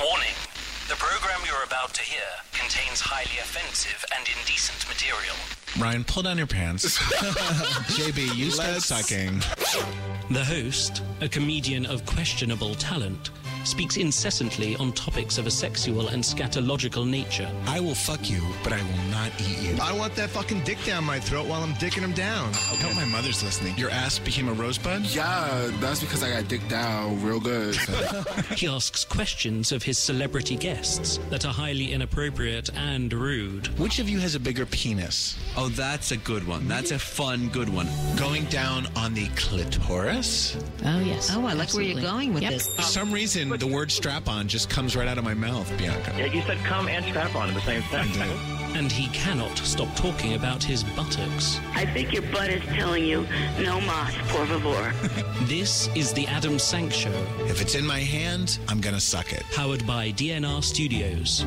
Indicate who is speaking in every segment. Speaker 1: Warning. The program you're about to hear contains highly offensive and indecent material.
Speaker 2: Ryan, pull down your pants. JB, you start sucking.
Speaker 3: The host, a comedian of questionable talent, speaks incessantly on topics of a sexual and scatological nature.
Speaker 2: I will fuck you, but I will not eat you.
Speaker 4: I want that fucking dick down my throat while I'm dicking him down.
Speaker 2: I hope my mother's listening. Your ass became a rosebud?
Speaker 5: Yeah, that's because I got dicked out real good.
Speaker 3: He asks questions of his celebrity guests that are highly inappropriate and rude.
Speaker 2: Which of you has a bigger penis?
Speaker 6: Oh, that's a good one. That's a fun, good one.
Speaker 2: Going down on the clitoris?
Speaker 7: Oh, yes.
Speaker 8: Oh, I like where you're
Speaker 7: Absolutely.
Speaker 8: going with
Speaker 7: Yep.
Speaker 8: this.
Speaker 2: For some reason, the word strap on just comes right out of my mouth, Bianca.
Speaker 9: Yeah, you said come and strap on at the same time.
Speaker 3: And he cannot stop talking about his buttocks.
Speaker 10: I think your butt is telling you, no mas, por favor.
Speaker 3: This is the Adam Sank Show,
Speaker 2: If it's in my hand, I'm gonna suck it.
Speaker 3: powered by DNR Studios.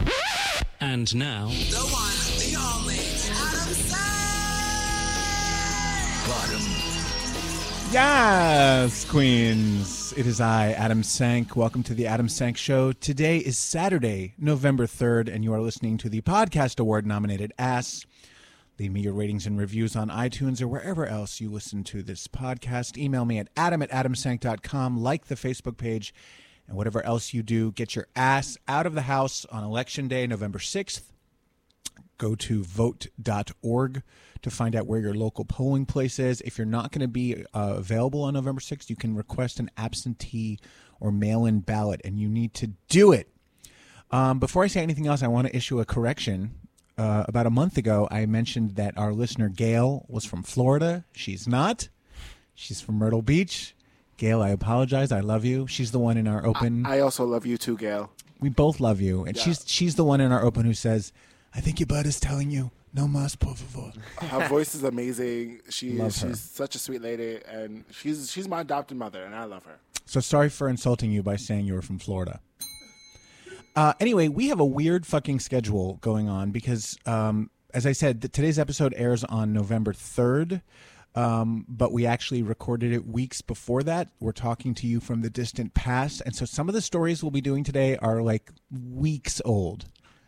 Speaker 3: And now,
Speaker 11: Yes, Queens. It is I, Adam Sank. Welcome to the Adam Sank Show. Today is Saturday, November 3rd, and you are listening to the Podcast Award nominated Ass. Leave me your ratings and reviews on iTunes or wherever else you listen to this podcast. Email me at adam at adamsank.com. Like the Facebook page and whatever else you do. Get your ass out of the house on Election Day, November 6th go to vote.org to find out where your local polling place is. If you're not going to be uh, available on November 6th, you can request an absentee or mail in ballot, and you need to do it. Um, before I say anything else, I want to issue a correction. Uh, about a month ago, I mentioned that our listener Gail was from Florida. She's not. She's from Myrtle Beach. Gail, I apologize. I love you. She's the one in our open.
Speaker 5: I also love you too, Gail.
Speaker 11: We both love you, and she's she's the one in our open who says, "I think your butt is telling you no mas por favor."
Speaker 5: Her voice is amazing. She
Speaker 11: Love her.
Speaker 5: she's such a sweet lady, and she's she's my adopted mother, and I love her.
Speaker 11: So sorry for insulting you by saying you were from Florida. Uh, anyway, we have a weird fucking schedule going on because, um, as I said, th- today's episode airs on November 3rd, um, but we actually recorded it weeks before that. We're talking to you from the distant past. And so some of the stories we'll be doing today are like weeks old.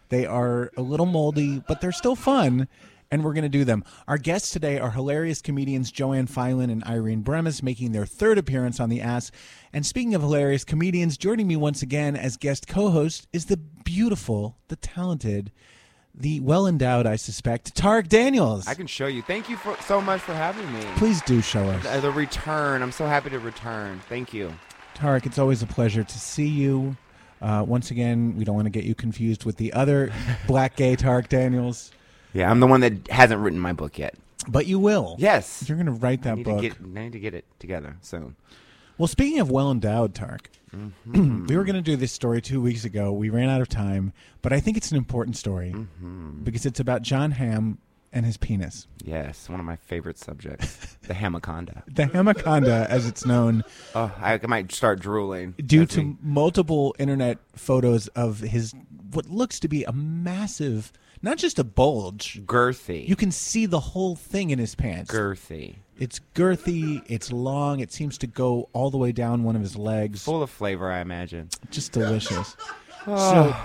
Speaker 11: They are a little moldy, but they're still fun. And we're going to do them. Our guests today are hilarious comedians Joanne Filan and Irene Bremis, making their third appearance on The Ass. And speaking of hilarious comedians, joining me once again as guest co host is the beautiful, the talented, the well endowed, I suspect, Tarek Daniels.
Speaker 12: I can show you. Thank you for, so much for having me.
Speaker 11: Please do show us.
Speaker 12: Uh, The return. I'm so happy to return. Thank you.
Speaker 11: Tarek, it's always a pleasure to see you. Uh, once again, we don't want to get you confused with the other black gay Tarek Daniels,
Speaker 12: Yeah, I'm the one that hasn't written my book yet.
Speaker 11: but you will.
Speaker 12: Yes.
Speaker 11: You're going to write
Speaker 12: I
Speaker 11: that
Speaker 12: need
Speaker 11: book.
Speaker 12: To get, I need to get it together soon.
Speaker 11: Well, speaking of well endowed, Tark,
Speaker 12: Mm-hmm.
Speaker 11: we were going to do this story two weeks ago. We ran out of time, but I think it's an important story
Speaker 12: Mm-hmm.
Speaker 11: because it's about John Ham and his penis.
Speaker 12: Yes, one of my favorite subjects, the hamaconda.
Speaker 11: The Hamaconda, as it's known,
Speaker 12: Oh, I might start drooling.
Speaker 11: due
Speaker 12: as
Speaker 11: to
Speaker 12: we-
Speaker 11: multiple internet photos of his what looks to be a massive, not just a bulge.
Speaker 12: girthy.
Speaker 11: You can see the whole thing in his pants.
Speaker 12: girthy,
Speaker 11: It's girthy, it's long, it seems to go all the way down one of his legs.
Speaker 12: full of flavor, I imagine.
Speaker 11: just delicious. so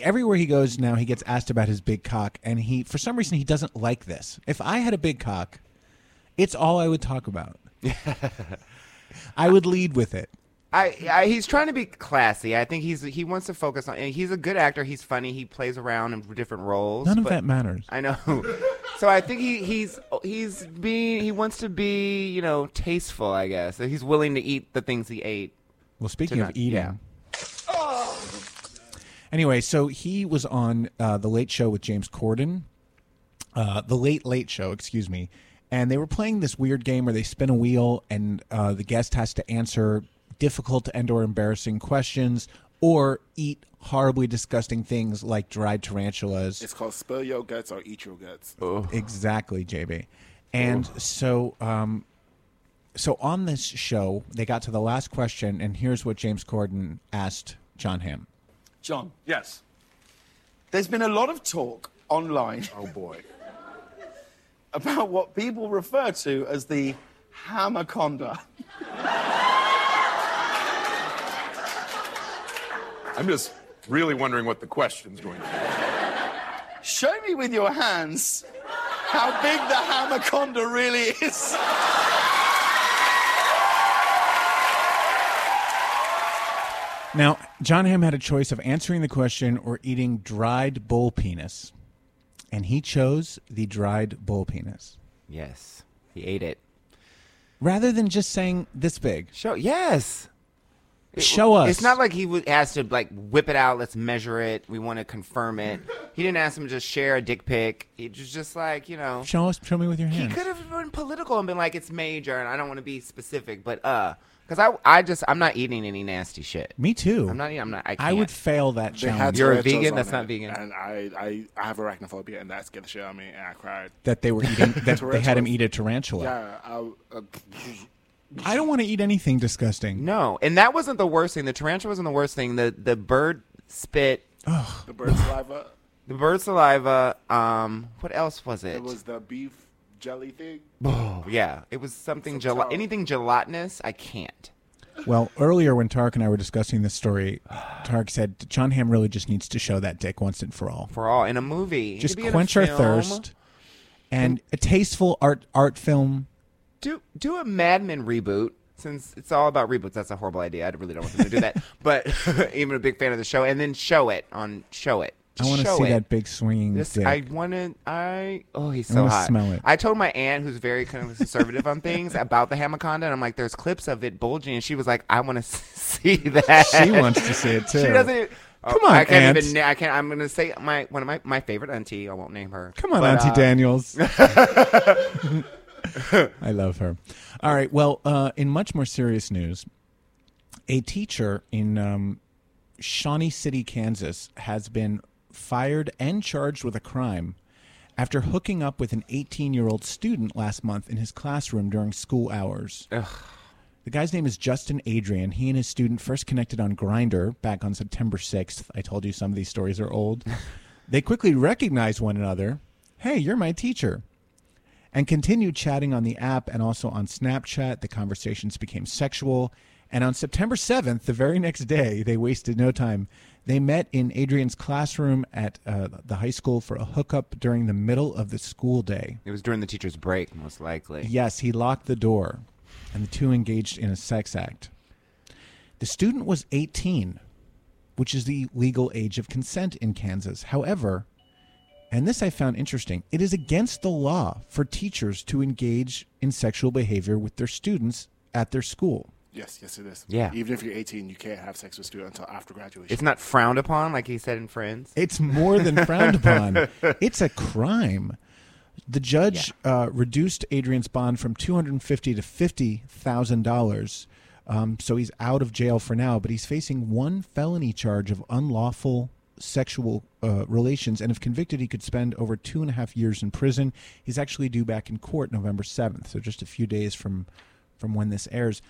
Speaker 11: everywhere he goes now, he gets asked about his big cock, and he for some reason he doesn't like this. If I had a big cock, it's all I would talk about. I would lead with it.
Speaker 12: I, I he's trying to be classy. I think he's he wants to focus on. And he's a good actor. He's funny. He plays around in different roles.
Speaker 11: None of
Speaker 12: but-
Speaker 11: that matters.
Speaker 12: I know. So I think he, he's he's being he wants to be you know tasteful I guess So he's willing to eat the things he ate.
Speaker 11: Well, speaking
Speaker 12: Tonight,
Speaker 11: of eating.
Speaker 12: yeah.
Speaker 11: Anyway, so he was on uh, the Late Show with James Corden, uh, the Late Late Show, excuse me, and they were playing this weird game where they spin a wheel and uh, the guest has to answer difficult and or embarrassing questions or eat horribly disgusting things like dried tarantulas
Speaker 5: It's called spill your guts or eat your guts.
Speaker 8: Oh.
Speaker 11: Exactly, JB. And so, um, so on this show, they got to the last question, and here's what James Corden asked John Hamm.
Speaker 7: John. Yes. There's been a lot of talk online. Oh boy. about what people refer to as the hammerconda.
Speaker 8: I'm just really wondering what the question's going to be.
Speaker 7: Show me with your hands how big the hammerconda really is.
Speaker 11: Now, John Hamm had a choice of answering the question or eating dried bull penis, and he chose the dried bull penis.
Speaker 12: Yes, he ate it.
Speaker 11: Rather than just saying this big,
Speaker 12: show yes,
Speaker 11: show us.
Speaker 12: It's not like he w- has to like whip it out. Let's measure it. We want to confirm it. He didn't ask him to just share a dick pic. It was just like you know.
Speaker 11: show us. Show me with your
Speaker 12: He
Speaker 11: hands.
Speaker 12: could have been political and been like, "It's major," and I don't want to be specific, but uh, because I, I just, I'm not eating any nasty shit.
Speaker 11: Me too.
Speaker 12: I'm not. e, I'm not. I, can't.
Speaker 11: I would fail that
Speaker 5: They had
Speaker 11: challenge.
Speaker 12: You're a
Speaker 5: tarantulas
Speaker 12: vegan?
Speaker 5: on
Speaker 12: That's
Speaker 5: it,
Speaker 12: not vegan.
Speaker 5: And I, I, I have arachnophobia, and that scared the shit out of me, and I cried.
Speaker 11: That they were eating. That they had him
Speaker 5: Tarantulas.
Speaker 11: eat a tarantula.
Speaker 5: Yeah. I, uh,
Speaker 11: I don't want to eat anything disgusting.
Speaker 12: No, and that wasn't the worst thing. The tarantula wasn't the worst thing. The the bird spit.
Speaker 5: the bird saliva.
Speaker 12: The bird saliva. Um, what else was it?
Speaker 5: It was the beef jelly thing.
Speaker 12: Oh, yeah, it was something gel- anything gelatinous. I can't.
Speaker 11: Well, earlier when Tark and I were discussing this story, Tark said John Hamm really just needs to show that dick once and for all.
Speaker 12: For all in a movie, It
Speaker 11: Just
Speaker 12: could be in a
Speaker 11: quench our
Speaker 12: film.
Speaker 11: thirst, and a tasteful art art film.
Speaker 12: Do do a Mad Men reboot since it's all about reboots. That's a horrible idea. I really don't want them to do that. But even a big fan of the show, and then show it on show it.
Speaker 11: I want to
Speaker 12: Show
Speaker 11: see
Speaker 12: it.
Speaker 11: that big swinging
Speaker 12: This,
Speaker 11: dick.
Speaker 12: I want to. I oh, he's
Speaker 11: I
Speaker 12: so
Speaker 11: wanna
Speaker 12: hot.
Speaker 11: smell it.
Speaker 12: I told my aunt, who's very kind of conservative on things, about the hamaconda, and I'm like, "There's clips of it bulging," and she was like, "I want to see that."
Speaker 11: She wants to see it,
Speaker 12: She
Speaker 11: too.
Speaker 12: doesn't. Even, oh,
Speaker 11: Come on,
Speaker 12: I can't
Speaker 11: aunt.
Speaker 12: even. na- I can't. I'm gonna say my one of my my favorite auntie. I won't name her.
Speaker 11: Come on,
Speaker 12: but,
Speaker 11: Auntie
Speaker 12: uh,
Speaker 11: Daniels. I love her. All right. Well, uh, in much more serious news, a teacher in um, Shawnee City, Kansas, has been fired and charged with a crime after hooking up with an 18 year old student last month in his classroom during school hours. The guy's name is Justin Adrian. He and his student first connected on Grinder back on September 6th. I told you some of these stories are old. they quickly recognized one another. Hey, you're my teacher. And continued chatting on the app and also on Snapchat. The conversations became sexual. And on September 7th, the very next day, they wasted no time. They met in Adrian's classroom at uh, the high school for a hookup during the middle of the school day.
Speaker 12: It was during the teacher's break, most likely.
Speaker 11: Yes, he locked the door, and the two engaged in a sex act. The student was 18, which is the legal age of consent in Kansas. However, and this I found interesting, it is against the law for teachers to engage in sexual behavior with their students at their school.
Speaker 5: Yes, yes, it is.
Speaker 11: Yeah.
Speaker 5: Even if you're 18, you can't have sex with a student until after graduation.
Speaker 12: It's not frowned upon, like he said in Friends.
Speaker 11: It's more than frowned upon. It's a crime. The judge uh, reduced Adrian's bond from two hundred and fifty to fifty thousand dollars. Um, so he's out of jail for now, but he's facing one felony charge of unlawful sexual uh, relations, and if convicted, he could spend over two and a half years in prison. He's actually due back in court November seventh, so just a few days from from when this airs.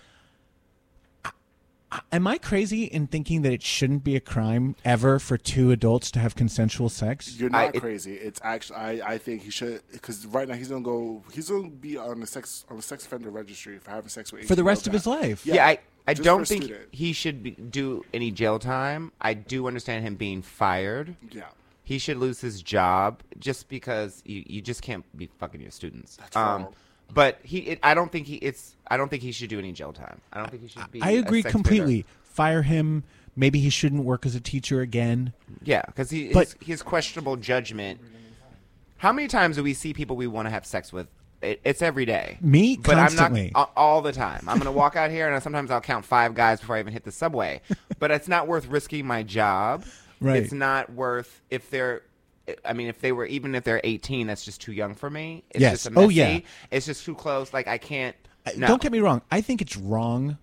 Speaker 11: Am I crazy in thinking that it shouldn't be a crime ever for two adults to have consensual sex?
Speaker 5: You're not crazy. It's actually I, I think he should because right now he's gonna go he's gonna be on the sex on the sex offender registry for having sex with
Speaker 11: For the
Speaker 5: 18
Speaker 11: rest of
Speaker 5: years
Speaker 11: his life.
Speaker 12: Yeah, I, I
Speaker 5: just for
Speaker 12: don't
Speaker 5: a
Speaker 12: think
Speaker 5: student.
Speaker 12: he should be, do any jail time. I do understand him being fired.
Speaker 5: Yeah.
Speaker 12: He should lose his job just because you, you just can't be fucking your students. That's
Speaker 5: wrong.
Speaker 12: But he, it, I don't think he. It's I don't think he should do any jail time. I don't think he should be.
Speaker 11: I
Speaker 12: a
Speaker 11: agree
Speaker 12: sex
Speaker 11: completely.
Speaker 12: offender.
Speaker 11: Fire him. Maybe he shouldn't work as a teacher again.
Speaker 12: Yeah, because he
Speaker 11: But-
Speaker 12: his, his questionable judgment. How many times do we see people we want to have sex with? It, it's every day.
Speaker 11: Me?
Speaker 12: but
Speaker 11: Constantly.
Speaker 12: I'm not a- all the time. I'm gonna walk out here, and I, sometimes I'll count five guys before I even hit the subway. but it's not worth risking my job.
Speaker 11: Right.
Speaker 12: It's not worth if they're I mean, if they were even if they're 18, that's just too young for me. It's
Speaker 11: Yes.
Speaker 12: just a messy.
Speaker 11: Oh, yeah.
Speaker 12: It's just too close. Like I can't. No.
Speaker 11: Don't get me wrong. I think it's wrong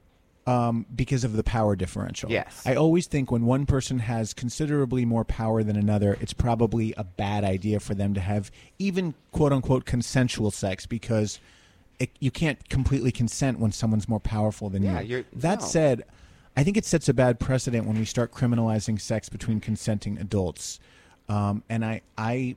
Speaker 11: um, because of the power differential.
Speaker 12: Yes.
Speaker 11: I always think when one person has considerably more power than another, it's probably a bad idea for them to have even quote unquote consensual sex because it, you can't completely consent when someone's more powerful than
Speaker 12: Yeah,
Speaker 11: you.
Speaker 12: you're-
Speaker 11: that
Speaker 12: no.
Speaker 11: said, I think it sets a bad precedent when we start criminalizing sex between consenting adults. Um, and I, I,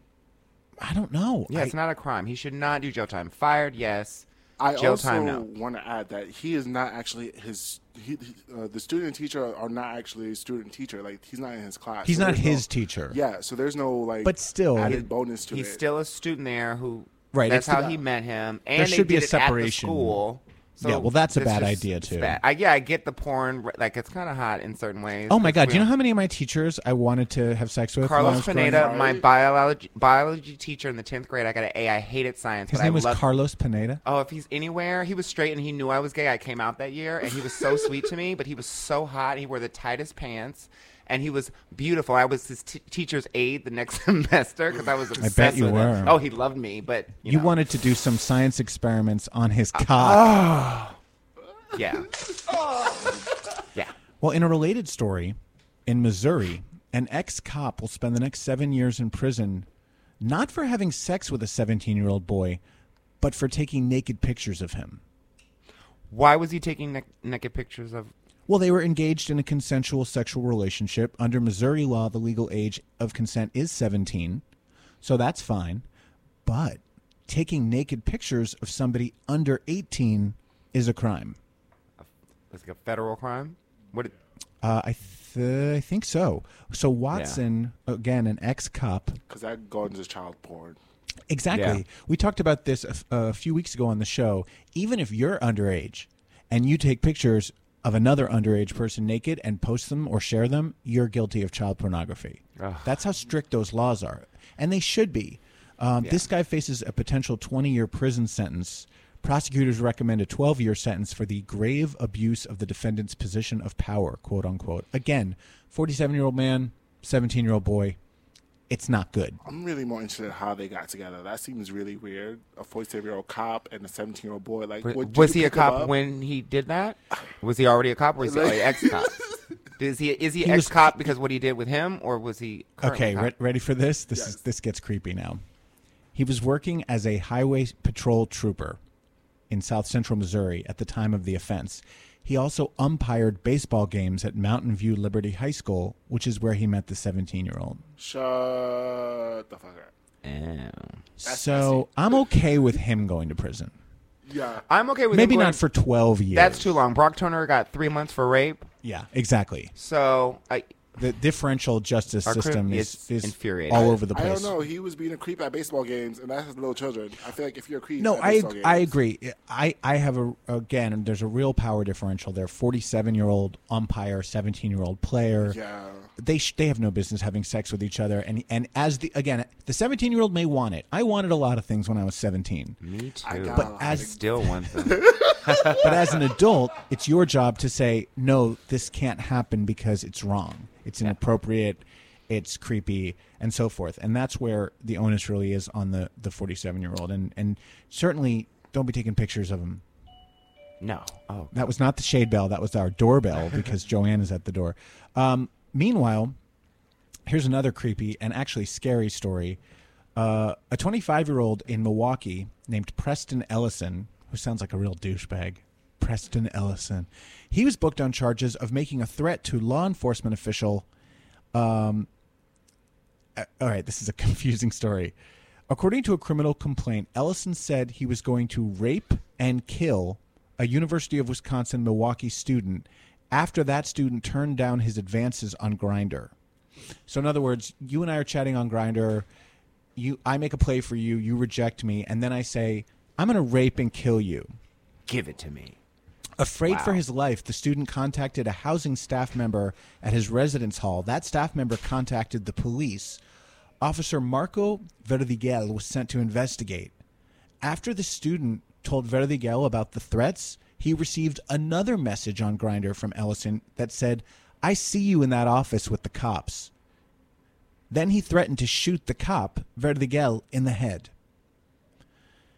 Speaker 11: I don't know.
Speaker 12: Yeah, it's not a crime. He should not do jail time. Fired, yes.
Speaker 5: I
Speaker 12: jail
Speaker 5: also
Speaker 12: time, no.
Speaker 5: want to add that he is not actually his. He, he- uh, the student and teacher are not actually a student teacher. Like he's not in his class.
Speaker 11: He's
Speaker 5: So
Speaker 11: not
Speaker 5: there's no-
Speaker 11: his teacher.
Speaker 5: Yeah, so there's no like.
Speaker 11: But still-
Speaker 5: added
Speaker 11: He-
Speaker 5: bonus to
Speaker 12: He's
Speaker 5: it.
Speaker 12: still a student there who.
Speaker 11: Right,
Speaker 12: That's
Speaker 11: it's
Speaker 12: how
Speaker 11: the-
Speaker 12: he met him.
Speaker 11: There
Speaker 12: And they
Speaker 11: should be
Speaker 12: did
Speaker 11: a
Speaker 12: it at the
Speaker 11: separation.
Speaker 12: school. So
Speaker 11: Yeah, well, that's a
Speaker 12: it's
Speaker 11: bad
Speaker 12: just-
Speaker 11: idea,
Speaker 12: it's
Speaker 11: too.
Speaker 12: bad. I, yeah, I get the porn. Like it's kind of hot in certain ways.
Speaker 11: Oh my
Speaker 12: It's
Speaker 11: god! Do you
Speaker 12: real.
Speaker 11: know how many of my teachers I wanted to have sex with? when I
Speaker 12: Carlos
Speaker 11: was growing
Speaker 12: Pineda,
Speaker 11: up?
Speaker 12: my biology biology teacher in the tenth grade, I got an A. I hated science,
Speaker 11: His
Speaker 12: but
Speaker 11: name
Speaker 12: I
Speaker 11: was
Speaker 12: loved.
Speaker 11: Carlos Pineda.
Speaker 12: oh, if he's anywhere, he was straight and he knew I was gay. I came out that year, and he was so sweet to me, but he was so hot. He wore the tightest pants, and he was beautiful. I was his t- teacher's aide the next semester because I was
Speaker 11: bet
Speaker 12: obsessed
Speaker 11: you
Speaker 12: with
Speaker 11: were.
Speaker 12: him. Oh, he loved me, but
Speaker 11: You,
Speaker 12: you, know, Uh, ah.
Speaker 11: wanted to do some science experiments on his cock.
Speaker 12: yeah, yeah.
Speaker 11: Well, in a related story, in Missouri, an ex cop will spend the next seven years in prison, not for having sex with a 17 year old boy, but for taking naked pictures of him.
Speaker 12: Why was he taking ne- naked pictures of?
Speaker 11: Well, they were engaged in a consensual sexual relationship. Under Missouri law, the legal age of consent is 17, so that's fine. But taking naked pictures of somebody under 18 is a crime.
Speaker 12: It's like a federal crime. What? Did,
Speaker 11: Uh, I, th- I think so. So Watson, again, an ex cop,
Speaker 5: because that goes into child porn.
Speaker 11: Exactly. We talked about this a, f- a few weeks ago on the show. Even if you're underage and you take pictures of another underage person naked and post them or share them, you're guilty of child pornography. That's how strict those laws are. And they should be. Um, This guy faces a potential 20 year prison sentence. Prosecutors recommend a 12 year sentence for the grave abuse of the defendant's position of power, quote unquote. Again, 47 year old man, 17 year old boy. It's not good.
Speaker 5: I'm really more interested in how they got together. That seems really weird. A 47 year old cop and a 17 year old boy. Like,
Speaker 12: Wa-
Speaker 5: what, did
Speaker 12: was
Speaker 5: you
Speaker 12: he a
Speaker 5: pick 'em
Speaker 12: cop
Speaker 5: up?
Speaker 12: when he did that? Was he already a cop, or is he
Speaker 5: Like-
Speaker 12: ex cop? Is he is he,
Speaker 11: He was-
Speaker 12: ex cop because what he did with him, or was he currently
Speaker 11: Okay,
Speaker 12: a cop?
Speaker 11: re- ready for this? This is this gets creepy now. He was working as a highway patrol trooper in South Central Missouri at the time of the offense. He also umpired baseball games at Mountain View Liberty High School, which is where he met the 17-year-old.
Speaker 5: Shut the fuck up.
Speaker 11: So I'm okay with him going to prison.
Speaker 5: Yeah,
Speaker 12: I'm okay with
Speaker 11: Maybe
Speaker 12: him going-
Speaker 11: not for 12 years.
Speaker 12: That's too long. Brock Turner got three months for rape.
Speaker 11: Yeah, exactly.
Speaker 12: So I
Speaker 11: The differential justice
Speaker 12: Our crim-
Speaker 11: system is,
Speaker 12: it's
Speaker 11: is
Speaker 12: infuriating.
Speaker 11: all over the
Speaker 5: I
Speaker 11: place.
Speaker 5: don't know. He was being a creep at baseball games, and that has little children. I feel like if you're a creep,
Speaker 11: No,
Speaker 5: at
Speaker 11: I
Speaker 5: baseball games,
Speaker 11: I agree. I I have a again. There's a real power differential there. Forty seven year old umpire, seventeen year old player.
Speaker 5: Yeah.
Speaker 11: They sh- they have no business having sex with each other. And and as the again, the seventeen year old may want it. I wanted a lot of things when I was seventeen.
Speaker 12: Me
Speaker 11: I
Speaker 12: too.
Speaker 11: got But a-
Speaker 12: I
Speaker 11: as-
Speaker 12: still want them.
Speaker 11: but as an adult, it's your job to say no. This can't happen because it's wrong. It's inappropriate. It's creepy and so forth. And that's where the onus really is on the the forty seven year old. And and certainly don't be taking pictures of him.
Speaker 12: no. Oh,
Speaker 11: That was not the shade bell. That was our doorbell because Joanne is at the door. Um, meanwhile, here's another creepy and actually scary story. Uh, a 25 year old in Milwaukee named Preston Ellison, who sounds like a real douchebag. Preston Ellison. He was booked on charges of making a threat to law enforcement official. Um, uh, all right, this is a confusing story. According to a criminal complaint, Ellison said he was going to rape and kill a University of Wisconsin Milwaukee student after that student turned down his advances on Grinder. So in other words, you and I are chatting on Grinder. You I make a play for you, you reject me, and then I say, "I'm going to rape and kill you."
Speaker 12: give it to me.
Speaker 11: Afraid for
Speaker 12: Wow.
Speaker 11: his life, the student contacted a housing staff member at his residence hall. That staff member contacted the police. Officer Marco Verdiguel was sent to investigate. After the student told Verdiguel about the threats, he received another message on Grinder from Ellison that said, "I see you in that office with the cops." Then he threatened to shoot the cop, Verdiguel, in the head.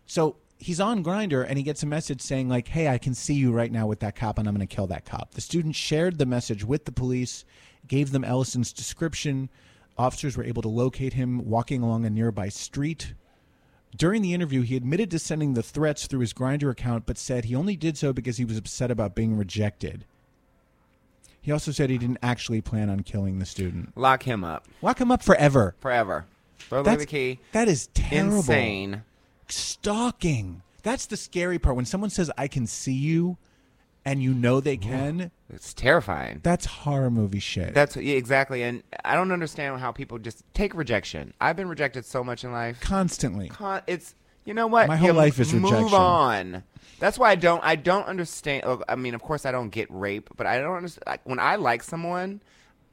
Speaker 11: So he's on Grinder and he gets a message saying like, "Hey, I can see you right now with that cop, and I'm going to kill that cop." The student shared the message with the police, gave them Ellison's description. Officers were able to locate him walking along a nearby street. During the interview, he admitted to sending the threats through his Grinder account, but said he only did so because he was upset about being rejected. He also said he didn't actually plan on killing the student.
Speaker 12: Lock him up
Speaker 11: Lock him up forever.
Speaker 12: forever. Throw away
Speaker 11: That's-
Speaker 12: the key.
Speaker 11: That is terrible.
Speaker 12: Insane.
Speaker 11: Stalking. That's the scary part. When someone says, I can see you, and you know they can,
Speaker 12: It's terrifying.
Speaker 11: that's horror movie shit.
Speaker 12: That's yeah, exactly, and I don't understand how people just take rejection. I've been rejected so much in life.
Speaker 11: Constantly.
Speaker 12: Con- it's you know what?
Speaker 11: My whole
Speaker 12: You
Speaker 11: life is
Speaker 12: move
Speaker 11: rejection.
Speaker 12: on. That's why I don't. I don't understand. look, I mean, of course, I don't get rape, but I don't understand. Like, when I like someone,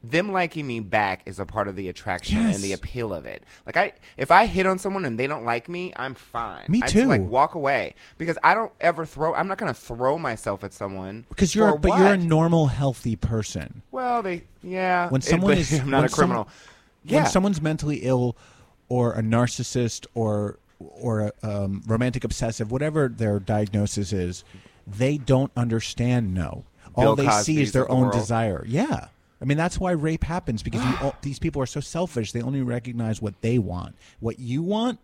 Speaker 12: them liking me back is a part of the attraction
Speaker 11: Yes.
Speaker 12: and the appeal of it. Like I, if I hit on someone and they don't like me, I'm fine.
Speaker 11: Me
Speaker 12: I just, like
Speaker 11: too.
Speaker 12: walk away because I don't ever throw. I'm not gonna throw myself at someone
Speaker 11: Because you're,
Speaker 12: for
Speaker 11: but
Speaker 12: what?
Speaker 11: you're a normal, healthy person.
Speaker 12: Well, they yeah.
Speaker 11: When
Speaker 12: It-
Speaker 11: someone
Speaker 12: but
Speaker 11: is
Speaker 12: I'm not
Speaker 11: when
Speaker 12: a criminal.
Speaker 11: someone-
Speaker 12: yeah.
Speaker 11: When someone's mentally ill, or a narcissist, or or a um, romantic obsessive, whatever their diagnosis is, they don't understand no. All
Speaker 12: Bill
Speaker 11: they see
Speaker 12: Cosby's
Speaker 11: is their
Speaker 12: of the
Speaker 11: own
Speaker 12: world.
Speaker 11: desire. Yeah, I mean that's why rape happens because you, all, these people are so selfish. They only recognize what they want. What you want,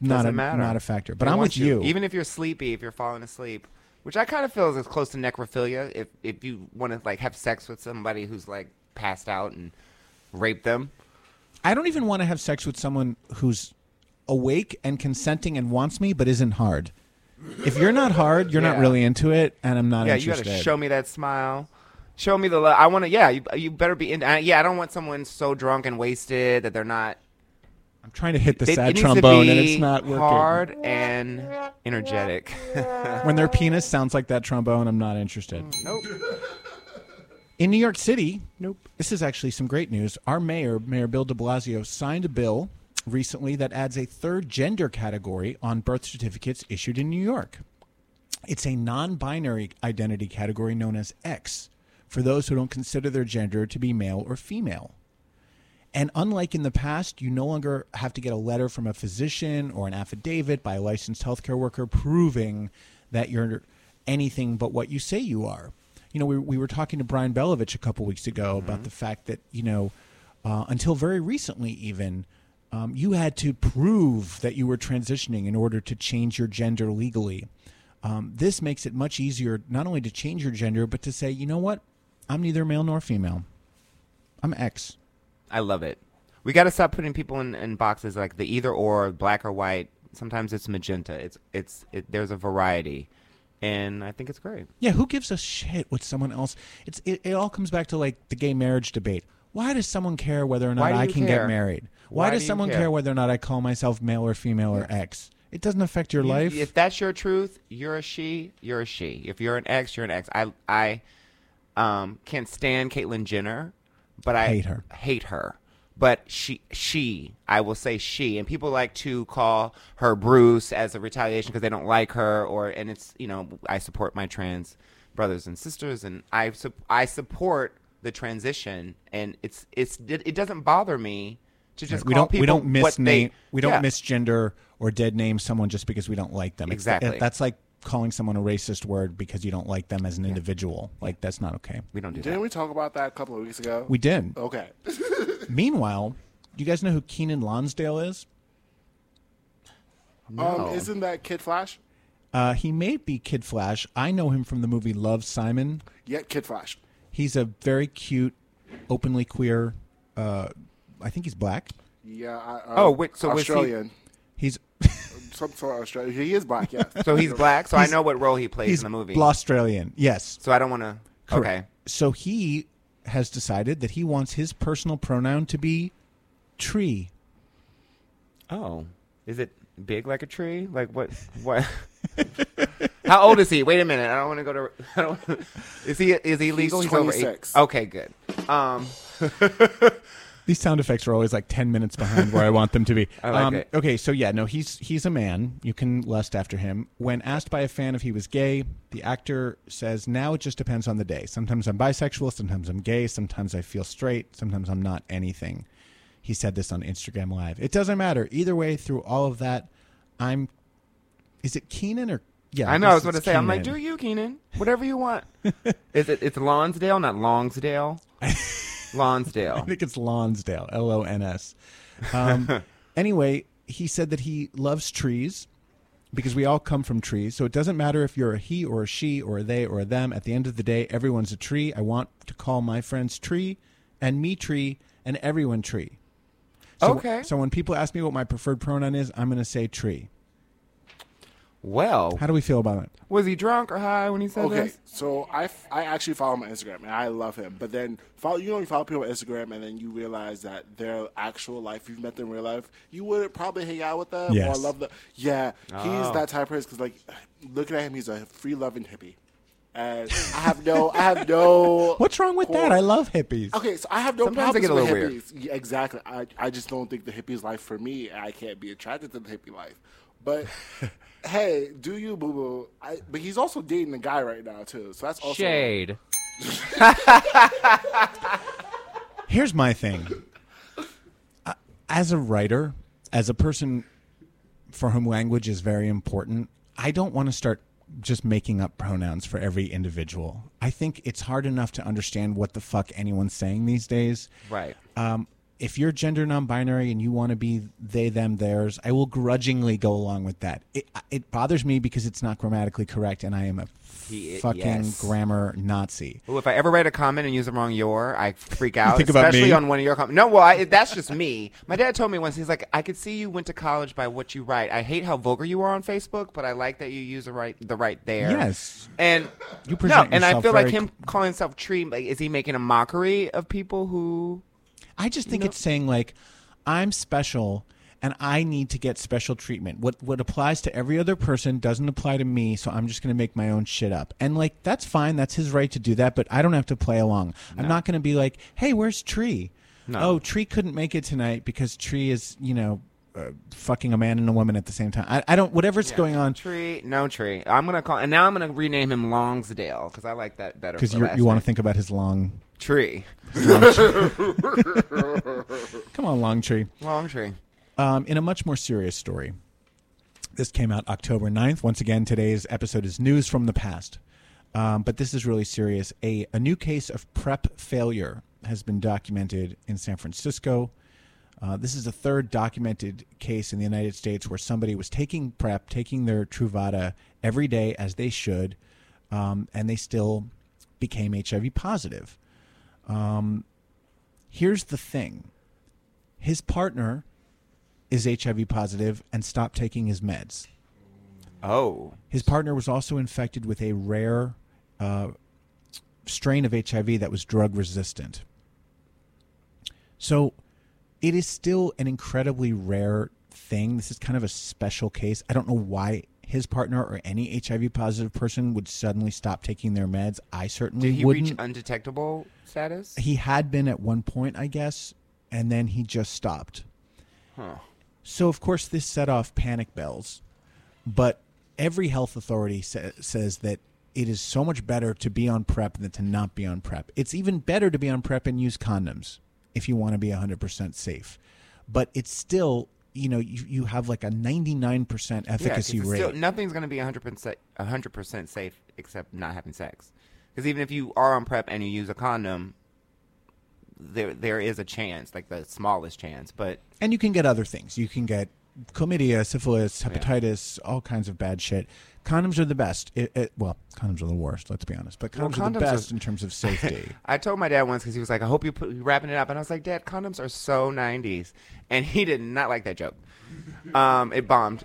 Speaker 11: not
Speaker 12: Doesn't
Speaker 11: a
Speaker 12: matter.
Speaker 11: not a factor. But
Speaker 12: They
Speaker 11: I'm
Speaker 12: want
Speaker 11: with you.
Speaker 12: Even if you're sleepy, if you're falling asleep, which I kind of feel is as close to necrophilia. If if you want to like have sex with somebody who's like passed out and rape them,
Speaker 11: I don't even want to have sex with someone who's awake and consenting and wants me, but isn't hard. If you're not hard, you're not
Speaker 12: Yeah.
Speaker 11: really into it, and I'm not
Speaker 12: yeah,
Speaker 11: interested.
Speaker 12: you got to show me that smile. Show me the love. I want to. Yeah, you, you better be in. I, yeah, I don't want someone so drunk and wasted that they're not.
Speaker 11: I'm trying to hit the
Speaker 12: They-
Speaker 11: sad
Speaker 12: it needs to
Speaker 11: trombone, and
Speaker 12: be
Speaker 11: it's not working.
Speaker 12: Hard and energetic.
Speaker 11: When their penis sounds like that trombone, I'm not interested.
Speaker 12: Mm, nope.
Speaker 11: In New York City, nope. This is actually some great news. Our mayor, Mayor Bill de Blasio, signed a bill recently that adds a third gender category on birth certificates issued in New York. It's a non binary identity category known as X for those who don't consider their gender to be male or female. And unlike in the past, you no longer have to get a letter from a physician or an affidavit by a licensed healthcare worker proving that you're anything but what you say you are. You know, we, we were talking to Brian Belovich a couple weeks ago about the fact that, you know, uh, until very recently, even, um, you had to prove that you were transitioning in order to change your gender legally. Um, this makes it much easier not only to change your gender, but to say, you know what? I'm neither male nor female. I'm X.
Speaker 12: I love it. We got to stop putting people in, in boxes like the either or, black or white. Sometimes it's magenta. It's it's it, there's a variety, and I think it's great.
Speaker 11: Yeah, who gives a shit what someone else? It's it, it all comes back to like the gay marriage debate. Why does someone care whether or
Speaker 12: Why
Speaker 11: not
Speaker 12: do
Speaker 11: I
Speaker 12: you
Speaker 11: can
Speaker 12: care?
Speaker 11: get married? Why,
Speaker 12: Why do
Speaker 11: does
Speaker 12: you
Speaker 11: someone care?
Speaker 12: care?
Speaker 11: whether or not I call myself male or female or X? It doesn't affect your
Speaker 12: You-
Speaker 11: life.
Speaker 12: If that's your truth, you're a she. You're a she. If you're an ex, you're an ex. I I um can't stand Caitlyn Jenner, but I
Speaker 11: Hate her.
Speaker 12: Hate her. But she she I will say she and people like to call her Bruce as a retaliation because they don't like her or and it's you know I support my trans brothers and sisters and I su- I support the transition and it's it's it, it doesn't bother me to just
Speaker 11: we
Speaker 12: call
Speaker 11: don't we
Speaker 12: people
Speaker 11: don't miss
Speaker 12: what they-
Speaker 11: name we don't
Speaker 12: Yeah.
Speaker 11: misgender or dead name someone just because we don't like them. It's-
Speaker 12: Exactly.
Speaker 11: that's like calling someone a racist word because you don't like them as an individual. Like that's not okay.
Speaker 12: We don't
Speaker 5: Didn't we talk about that a couple of weeks ago?
Speaker 11: We did.
Speaker 12: Oh.
Speaker 5: Okay.
Speaker 11: Meanwhile, you guys know who Keenan Lonsdale is?
Speaker 5: Um, isn't that Kid Flash?
Speaker 11: Uh, he may be Kid Flash. I know him from the movie Love Simon.
Speaker 5: Yeah, Kid Flash.
Speaker 11: He's a very cute, openly queer. Uh, I think he's black.
Speaker 5: Yeah. I, uh,
Speaker 12: Oh, wait, so was he-
Speaker 5: Australian.
Speaker 11: He's
Speaker 5: Some sort of Australian. He is black. Yeah.
Speaker 12: So he's black. So I
Speaker 11: He's-
Speaker 12: know what role he plays
Speaker 11: he's
Speaker 12: in the movie.
Speaker 11: Australian. Yes.
Speaker 12: So I don't want to. Okay.
Speaker 11: So he has decided that he wants his personal pronoun to be tree.
Speaker 12: Oh, is it big like a tree? Like what? What? How old is he? Wait a minute. I don't want to go to. I don't, is he is he legal?
Speaker 5: He's
Speaker 12: over eight-
Speaker 5: 26.
Speaker 12: Okay, good. Um,
Speaker 11: These sound effects are always like ten minutes behind where I want them to be. Um,
Speaker 12: I like it.
Speaker 11: Okay, so yeah, no, he's he's a man. You can lust after him. When asked by a fan if he was gay, the actor says, "Now it just depends on the day. Sometimes I'm bisexual, sometimes I'm gay, sometimes I feel straight, sometimes I'm not anything." He said this on Instagram Live. It doesn't matter. Either way, through all of that, I'm. Is it Keenan or. Yeah.
Speaker 12: I know. I
Speaker 11: guess
Speaker 12: was going to
Speaker 11: it's
Speaker 12: say, I'm like,
Speaker 11: Keenan.
Speaker 12: do you, Keenan? Whatever you want. Is it? It's Lonsdale, not Longsdale. Lonsdale.
Speaker 11: I think it's Lonsdale, L O N S. Um, anyway, he said that he loves trees because we all come from trees. So it doesn't matter if you're a he or a she or a they or a them. At the end of the day, everyone's a tree. I want to call my friends tree and me tree and everyone tree. So,
Speaker 12: Okay.
Speaker 11: So when people ask me what my preferred pronoun is, I'm going to say tree.
Speaker 12: Well,
Speaker 11: how do we feel about it?
Speaker 12: Was he drunk or high when he said
Speaker 5: okay,
Speaker 12: this?
Speaker 5: so I, f- I actually follow him on Instagram and I love him. But then follow you know you follow people on Instagram and then you realize that their actual life you've met them in real life you would probably hang out with them
Speaker 11: Yes.
Speaker 5: or love them. Yeah,
Speaker 11: Oh.
Speaker 5: he's that type of person because like looking at him he's a free loving hippie. And I have no I have no.
Speaker 11: What's wrong with that? I love hippies.
Speaker 5: Okay, so I have no
Speaker 11: Sometimes they
Speaker 5: problems
Speaker 11: get a
Speaker 5: with
Speaker 11: little weird.
Speaker 5: hippies. Yeah, exactly. I, I just don't think the hippie's life for me. and I can't be attracted to the hippie life. But hey, do you boo boo? I- But he's also dating a guy right now too, so that's also
Speaker 12: Shade.
Speaker 11: Here's my thing. I- As a writer, as a person for whom language is very important, I don't want to start just making up pronouns for every individual. I think it's hard enough to understand what the fuck anyone's saying these days.
Speaker 12: Right.
Speaker 11: Um, if you're gender non-binary and you want to be they, them, theirs, I will grudgingly go along with that. It, it bothers me because it's not grammatically correct, and I am a
Speaker 12: He-
Speaker 11: fucking
Speaker 12: yes.
Speaker 11: grammar Nazi.
Speaker 12: Well, if I ever write a comment and use the wrong your, I freak out.
Speaker 11: Think about
Speaker 12: especially
Speaker 11: me.
Speaker 12: on one of your comments. No, well, I, that's just me. My dad told me once, he's like, I could see you went to college by what you write. I hate how vulgar you are on Facebook, but I like that you use the right the right there.
Speaker 11: Yes.
Speaker 12: And
Speaker 11: You present
Speaker 12: no, and I
Speaker 11: yourself
Speaker 12: feel like
Speaker 11: very-
Speaker 12: him calling himself tree, like, is he making a mockery of people who
Speaker 11: I just think
Speaker 12: No.
Speaker 11: it's saying like I'm special and I need to get special treatment. What what applies to every other person doesn't apply to me, so I'm just going to make my own shit up. And like that's fine, that's his right to do that, but I don't have to play along. I'm not going to be like, "Hey, where's Tree?" Oh, Tree couldn't make it tonight because Tree is, you know, uh, fucking a man and a woman at the same time. I, I don't whatever's going on
Speaker 12: tree? No tree. I'm gonna call, and now I'm gonna rename him Longsdale because I like that better.
Speaker 11: because
Speaker 12: for
Speaker 11: you
Speaker 12: last
Speaker 11: you want
Speaker 12: name.
Speaker 11: to think about his long
Speaker 12: tree.
Speaker 11: Long tree. Come on, long tree.
Speaker 12: Long tree.
Speaker 11: Um, in a much more serious story, this came out October 9th. Once again, today's episode is news from the past. Um, but this is really serious. A, a new case of PrEP failure has been documented in San Francisco. Uh, this is the third documented case in the United States where somebody was taking PrEP, taking their Truvada every day as they should, um, and they still became HIV positive. Um, here's the thing his partner is HIV positive and stopped taking his meds.
Speaker 12: Oh.
Speaker 11: His partner was also infected with a rare uh, strain of HIV that was drug resistant. So it is still an incredibly rare thing. This is kind of a special case. I don't know why his partner or any HIV positive person would suddenly stop taking their meds. I certainly
Speaker 12: Did he
Speaker 11: wouldn't.
Speaker 12: reach undetectable status?
Speaker 11: He had been at one point, I guess, and then he just stopped.
Speaker 12: Huh.
Speaker 11: So, of course, this set off panic bells, but every health authority sa- says that it is so much better to be on PrEP than to not be on PrEP. It's even better to be on PrEP and use condoms if you want to be 100% safe. But it's still, you know, you, you have like a 99%
Speaker 12: Yeah, 'cause
Speaker 11: efficacy
Speaker 12: it's
Speaker 11: rate.
Speaker 12: Still, nothing's going to be 100% 100% safe except not having sex. Because even if you are on prep and you use a condom, there there is a chance, like the smallest chance. But
Speaker 11: And you can get other things. You can get chlamydia, syphilis, hepatitis, all kinds of bad shit. Condoms are the best. It, it, well, condoms are the worst, let's be honest. But
Speaker 12: Well,
Speaker 11: condoms, are the
Speaker 12: condoms are-
Speaker 11: best in terms of safety.
Speaker 12: I told my dad once because he was like, "I hope you put, you're wrapping it up," and I was like, "Dad, condoms are so '90s," and he did not like that joke. Um, it bombed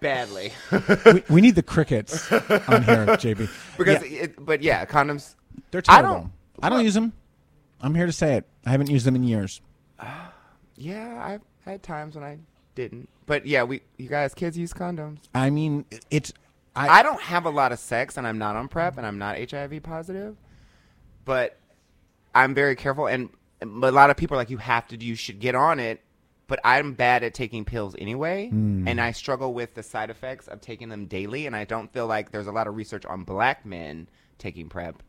Speaker 12: badly.
Speaker 11: we, we need the crickets on here, JB.
Speaker 12: because,
Speaker 11: Yeah,
Speaker 12: it, but yeah, condoms.
Speaker 11: they're
Speaker 12: I
Speaker 11: terrible. I
Speaker 12: don't-
Speaker 11: don't, use them. I'm here to say it. I haven't used them in years.
Speaker 12: Yeah, I've had times when I didn't. But yeah, we you guys, kids use condoms.
Speaker 11: I mean, it's.
Speaker 12: I, don't have a lot of sex, and I'm not on prep, and I'm not HIV positive, but I'm very careful. And and a lot of people are like, you have to, you should get on it. But I'm bad at taking pills anyway,
Speaker 11: Hmm.
Speaker 13: Mm.
Speaker 12: and I struggle with the side effects of taking them daily. And I don't feel like there's a lot of research on black men taking prep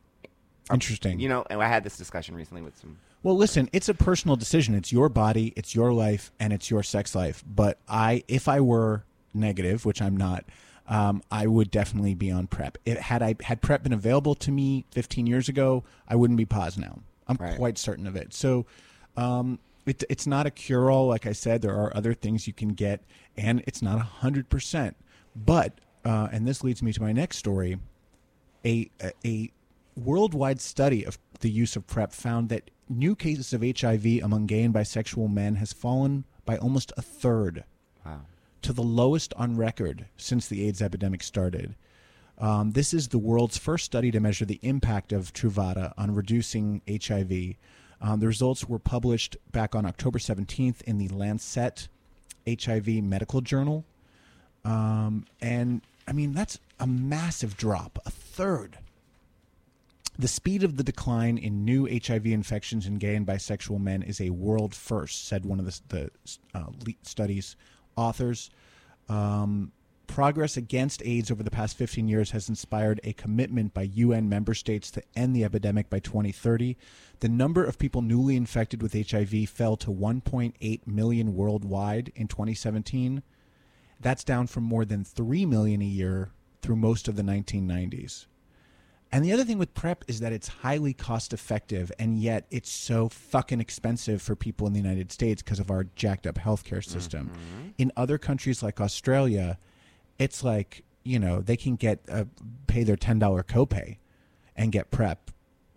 Speaker 11: Interesting.
Speaker 12: E You know, and I had this discussion recently with some.
Speaker 11: Well, listen, it's a personal decision. It's your body, it's your life, and it's your sex life. But I, if I were negative, which I'm not, um, I would definitely be on prep. It, had I had prep been available to me 15 years ago, I wouldn't be paused now. I'm quite certain of it. So, um, it, it's not a cure all. Like I said, there are other things you can get, and it's not hundred percent. But uh, and this leads me to my next story a, a- a worldwide study of the use of PrEP found that new cases of HIV among gay and bisexual men has fallen by almost a third to the lowest on record since the AIDS epidemic started. Um, this is the world's first study to measure the impact of Truvada on reducing HIV. Um, the results were published back on October 17th in the Lancet HIV Medical Journal. Um, and I mean, that's a massive drop, a third. The speed of the decline in new HIV infections in gay and bisexual men is a world first, said one of the, the uh, le- study's authors. Um, progress against AIDS over the past 15 years has inspired a commitment by UN member states to end the epidemic by 2030. The number of people newly infected with HIV fell to 1.8 million worldwide in 2017. That's down from more than 3 million a year through most of the 1990s. And the other thing with PrEP is that it's highly cost effective, and yet it's so fucking expensive for people in the United States because of our jacked up healthcare system. In other countries like Australia, it's like, you know, they can get uh, pay their $10 copay and get PrEP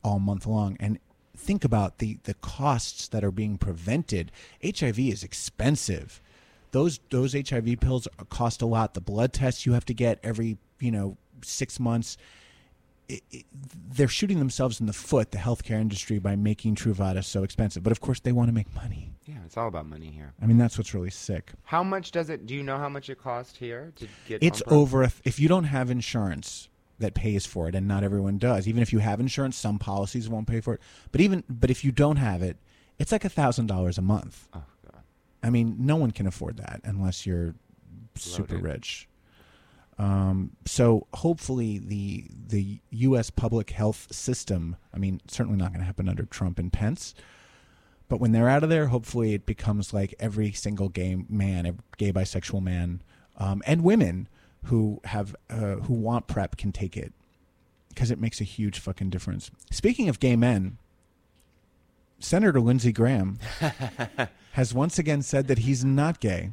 Speaker 11: all month long. And think about the, the costs that are being prevented. HIV is expensive those those HIV pills cost a lot. The blood tests you have to get every you know six months. It, it, they're shooting themselves in the foot, the healthcare industry, by making Truvada so expensive. But of course, they want to make money.
Speaker 12: Yeah, it's all about money here.
Speaker 11: I mean, that's what's really sick.
Speaker 12: How much does it? Do you know how much it costs here to get?
Speaker 11: It's
Speaker 12: on E Prep?
Speaker 11: over if, if you don't have insurance that pays for it, and not everyone does. Even if you have insurance, some policies won't pay for it. But even but if you don't have it, it's like a thousand dollars a month. Oh god! I mean, no one can afford that unless you're super rich. Um, so hopefully the the U.S. public health system. I mean, certainly not going to happen under Trump and Pence. But when they're out of there, hopefully it becomes like every single gay man, ev- gay bisexual man, um, and women who have uh, who want prep can take it because it makes a huge fucking difference. Speaking of gay men, Senator Lindsey Graham has once again said that he's not gay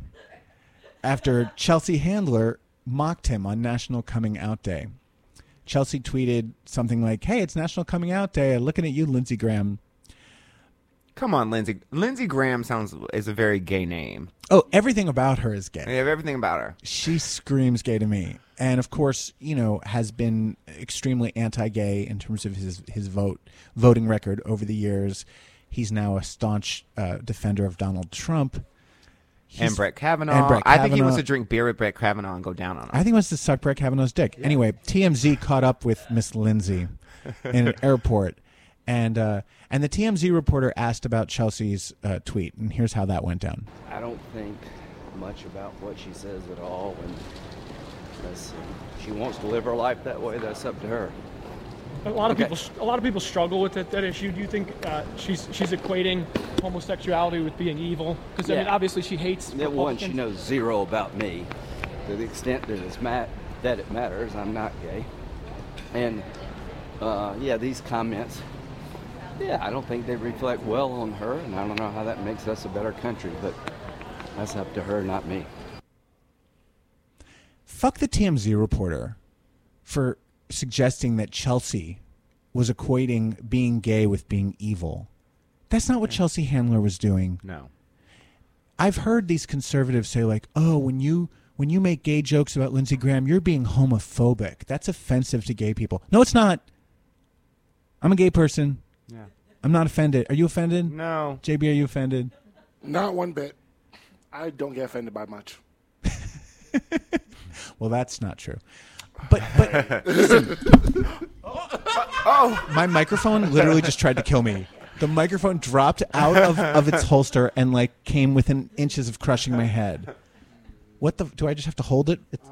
Speaker 11: after Chelsea Handler mocked him on National Coming Out Day. Chelsea tweeted something like, "Hey, it's National Coming Out Day. Looking at you, Lindsey Graham."
Speaker 12: Come on, Lindsey. Lindsey Graham sounds is a very gay name.
Speaker 11: Oh, everything about her is gay.
Speaker 12: I have everything about her.
Speaker 11: She screams gay to me, and of course, you know, has been extremely anti-gay in terms of his his vote voting record over the years. He's now a staunch uh, defender of Donald Trump He's-
Speaker 12: and Brett Kavanaugh.
Speaker 11: and Brett
Speaker 12: I think he
Speaker 11: Kavanaugh.
Speaker 12: wants to drink beer with Brett Kavanaugh and go down on him.
Speaker 11: I think he wants to suck Brett Kavanaugh's dick. Anyway, TMZ caught up with Miss Lindsay in an airport, and uh, and the TMZ reporter asked about Chelsea's uh, tweet, and here's how that went down.
Speaker 13: I don't think much about what she says at all, and that's, she wants to live her life that way. That's up to her.
Speaker 14: A lot of
Speaker 13: Okay.
Speaker 14: people, a lot of people struggle with that, that issue. Do you think uh, she's she's equating homosexuality with being evil? Because I mean,
Speaker 13: Yeah.
Speaker 14: obviously she hates.
Speaker 13: That one, she
Speaker 14: Republicans.
Speaker 13: knows zero about me, to the extent that it's ma- that it matters. I'm not gay, and uh, yeah, these comments. Yeah, I don't think they reflect well on her, and I don't know how that makes us a better country, but that's up to her, not me.
Speaker 11: Fuck the TMZ reporter for suggesting that Chelsea was equating being gay with being evil. That's not what Chelsea Handler was doing.
Speaker 12: No.
Speaker 11: I've heard these conservatives say like, "Oh, when you when you make gay jokes about Lindsey Graham, you're being homophobic. That's offensive to gay people." No, it's not. I'm a gay person.
Speaker 12: Yeah.
Speaker 11: I'm not offended. Are you offended?
Speaker 12: No.
Speaker 11: JB, are you offended?
Speaker 5: Not one bit. I don't get offended by much.
Speaker 11: Well, that's not true. But but listen,
Speaker 5: Oh,
Speaker 11: my microphone literally just tried to kill me. The microphone dropped out of, of its holster and like came within inches of crushing my head. What the? Do I just have to hold it? It's,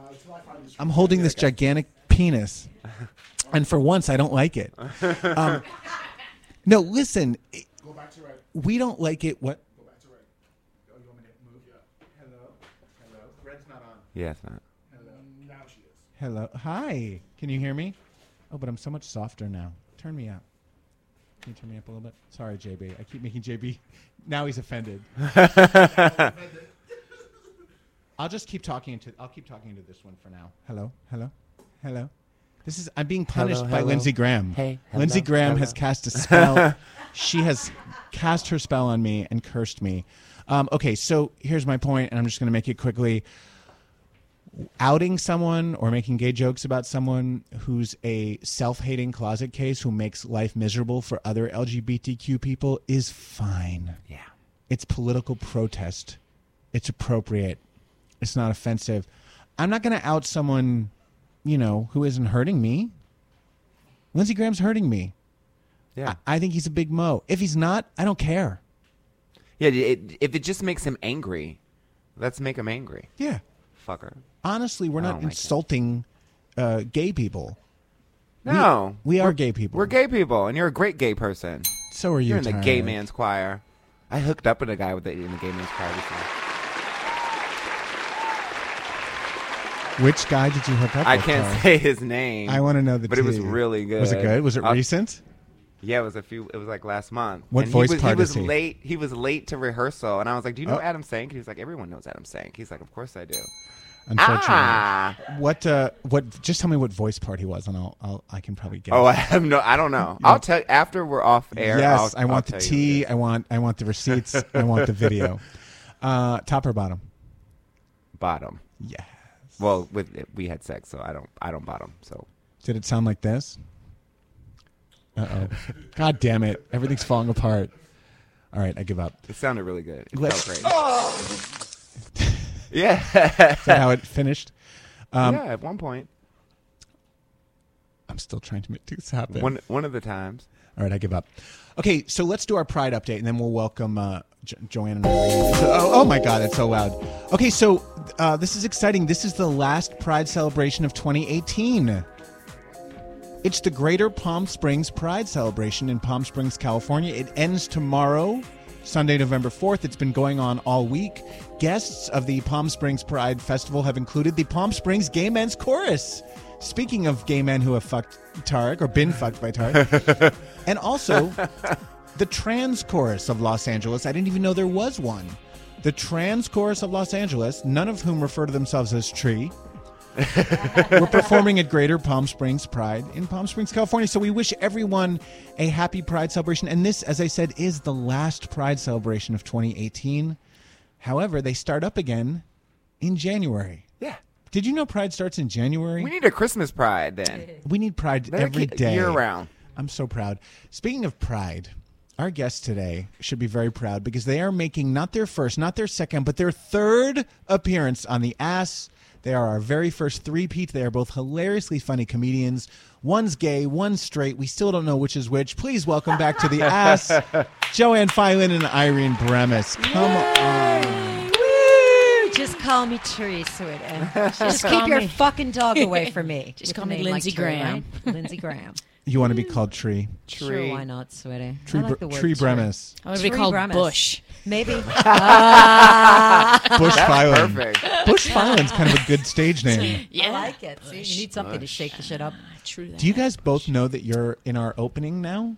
Speaker 11: I'm holding this gigantic penis. and for once I don't like it. Um, no, listen. it- We don't like it. What?
Speaker 12: Yeah, it's not.
Speaker 11: Hello. Hi. Can you hear me? Oh, but I'm so much softer now. Turn me up. Can you turn me up a little bit? Sorry, JB. I keep making JB. Now he's offended. I'll just keep talking into. I'll keep talking into this one for now. Hello. Hello. Hello. This is. I'm being punished
Speaker 7: Hello,
Speaker 11: by
Speaker 7: hello.
Speaker 11: Lindsey Graham.
Speaker 7: Hey,
Speaker 11: Lindsey
Speaker 7: hello,
Speaker 11: Graham
Speaker 7: hello.
Speaker 11: has cast a spell. she has cast her spell on me and cursed me. Um, okay, so here's my point, and I'm just going to make it quickly. Outing someone or making gay jokes about someone who's a self hating closet case who makes life miserable for other LGBTQ people is fine. Yeah. It's political protest. It's appropriate. It's not offensive. I'm not going to out someone, you know, who isn't hurting me. Lindsey Graham's hurting me.
Speaker 12: Yeah.
Speaker 11: I, I think he's a big mo. If he's not, I don't care.
Speaker 12: Yeah, it, if it just makes him angry, let's make him angry.
Speaker 11: Yeah.
Speaker 12: Fucker.
Speaker 11: Honestly, we're
Speaker 12: I
Speaker 11: not
Speaker 12: don't like it.
Speaker 11: insulting uh, gay people. We-
Speaker 12: No.
Speaker 11: We, are
Speaker 12: We're-
Speaker 11: gay people.
Speaker 12: We're gay people, and you're a great gay person.
Speaker 11: So are you,
Speaker 12: You're in the gay
Speaker 11: Tyler.
Speaker 12: man's choir. I hooked up with a guy with the, in the gay man's choir before.
Speaker 11: Which guy did you hook up
Speaker 12: I
Speaker 11: with?
Speaker 12: can't
Speaker 11: Carl?
Speaker 12: say his name.
Speaker 11: I want to know the
Speaker 12: But it was
Speaker 11: tea.
Speaker 12: really good.
Speaker 11: Was it good? Was it
Speaker 12: Uh,
Speaker 11: recent?
Speaker 12: Yeah, it was a few. It was like last month.
Speaker 11: What
Speaker 12: and
Speaker 11: voice
Speaker 12: he was,
Speaker 11: part
Speaker 12: he was
Speaker 11: is he?
Speaker 12: late. He was late to rehearsal, and I was like, "Do you know
Speaker 11: Oh.
Speaker 12: Adam Sank?" And he was like, "Everyone knows Adam Sank." He's like, "Of course I do."
Speaker 11: Unfortunately.
Speaker 12: Ah!
Speaker 11: What? Uh, what? Just tell me what voice part he was, and I'll, I'll I can probably guess.
Speaker 12: Oh, I have no. I don't know. I'll tell after we're off air.
Speaker 11: Yes,
Speaker 12: I'll,
Speaker 11: i want
Speaker 12: I'll
Speaker 11: the
Speaker 12: tell you.
Speaker 11: tea. I want I want the receipts. I want the video. Uh, top or bottom?
Speaker 12: Bottom.
Speaker 11: Yes.
Speaker 12: Well, with we had sex, so I don't. I don't bottom. So
Speaker 11: Did it sound like this? Uh oh. God damn it! Everything's falling apart. All right, I give up.
Speaker 12: it sounded really good. It
Speaker 11: Let's- Oh.
Speaker 12: felt great.
Speaker 11: Yeah. Is that how it finished? Um,
Speaker 12: yeah, at one point,
Speaker 11: I'm still trying to make this happen.
Speaker 12: one one of the times.
Speaker 11: All right, I give up. Okay, so let's do our pride update, and then we'll welcome uh, jo- Joanne and Irene. So- oh, oh my God, that's so loud. Okay, so uh, this is exciting. This is the last Pride celebration of 2018. It's the Greater Palm Springs Pride celebration in Palm Springs, California. It ends tomorrow, Sunday, November 4th. It's been going on all week. Guests of the Palm Springs Pride Festival have included the Palm Springs Gay Men's Chorus. Speaking of gay men who have fucked Tarek or been fucked by Tarek, and also the Trans Chorus of Los Angeles. I didn't even know there was one. The Trans Chorus of Los Angeles, none of whom refer to themselves as Tree, we're performing at Greater Palm Springs Pride in Palm Springs, California. So we wish everyone a happy Pride celebration. And this, as I said, is the last Pride celebration of 2018. However, they start up again in January.
Speaker 12: Yeah.
Speaker 11: Did you know Pride starts in January?
Speaker 12: We need a Christmas pride then.
Speaker 11: We need pride
Speaker 12: Let it
Speaker 11: every
Speaker 12: keep-
Speaker 11: day.
Speaker 12: year round.
Speaker 11: I'm so proud. Speaking of pride, our guests today should be very proud because they are making not their first, not their second, but their third appearance on the ass. They are our very first three-peat. They are both hilariously funny comedians. One's gay, one's straight. We still don't know which is which. Please welcome back to the ass, Joanne Filan and Irene Bremis. Come on.
Speaker 15: Woo! Just call me Tree, sweetie. Just keep
Speaker 16: call
Speaker 15: your
Speaker 16: me-
Speaker 15: fucking dog away from me.
Speaker 16: Just
Speaker 15: With
Speaker 16: call
Speaker 15: a
Speaker 16: me
Speaker 15: name like
Speaker 16: Lindsey
Speaker 15: Tree,
Speaker 16: Graham.
Speaker 15: right? Lindsey Graham.
Speaker 11: You want to be called Tree?
Speaker 15: Sure, why not, sweetie?
Speaker 11: Tree
Speaker 15: I like
Speaker 11: Br-
Speaker 15: the word
Speaker 11: Tree Bremis.
Speaker 16: I wanna be
Speaker 15: Tree
Speaker 16: called
Speaker 15: Bremis.
Speaker 16: Bush.
Speaker 15: Maybe. Bush
Speaker 11: Bush Filan.
Speaker 15: Perfect.
Speaker 11: Bush Filan's kind of a good stage name.
Speaker 15: I like it. See, you need something to shake the shit up. True
Speaker 11: Do you guys both know that you're in our opening now?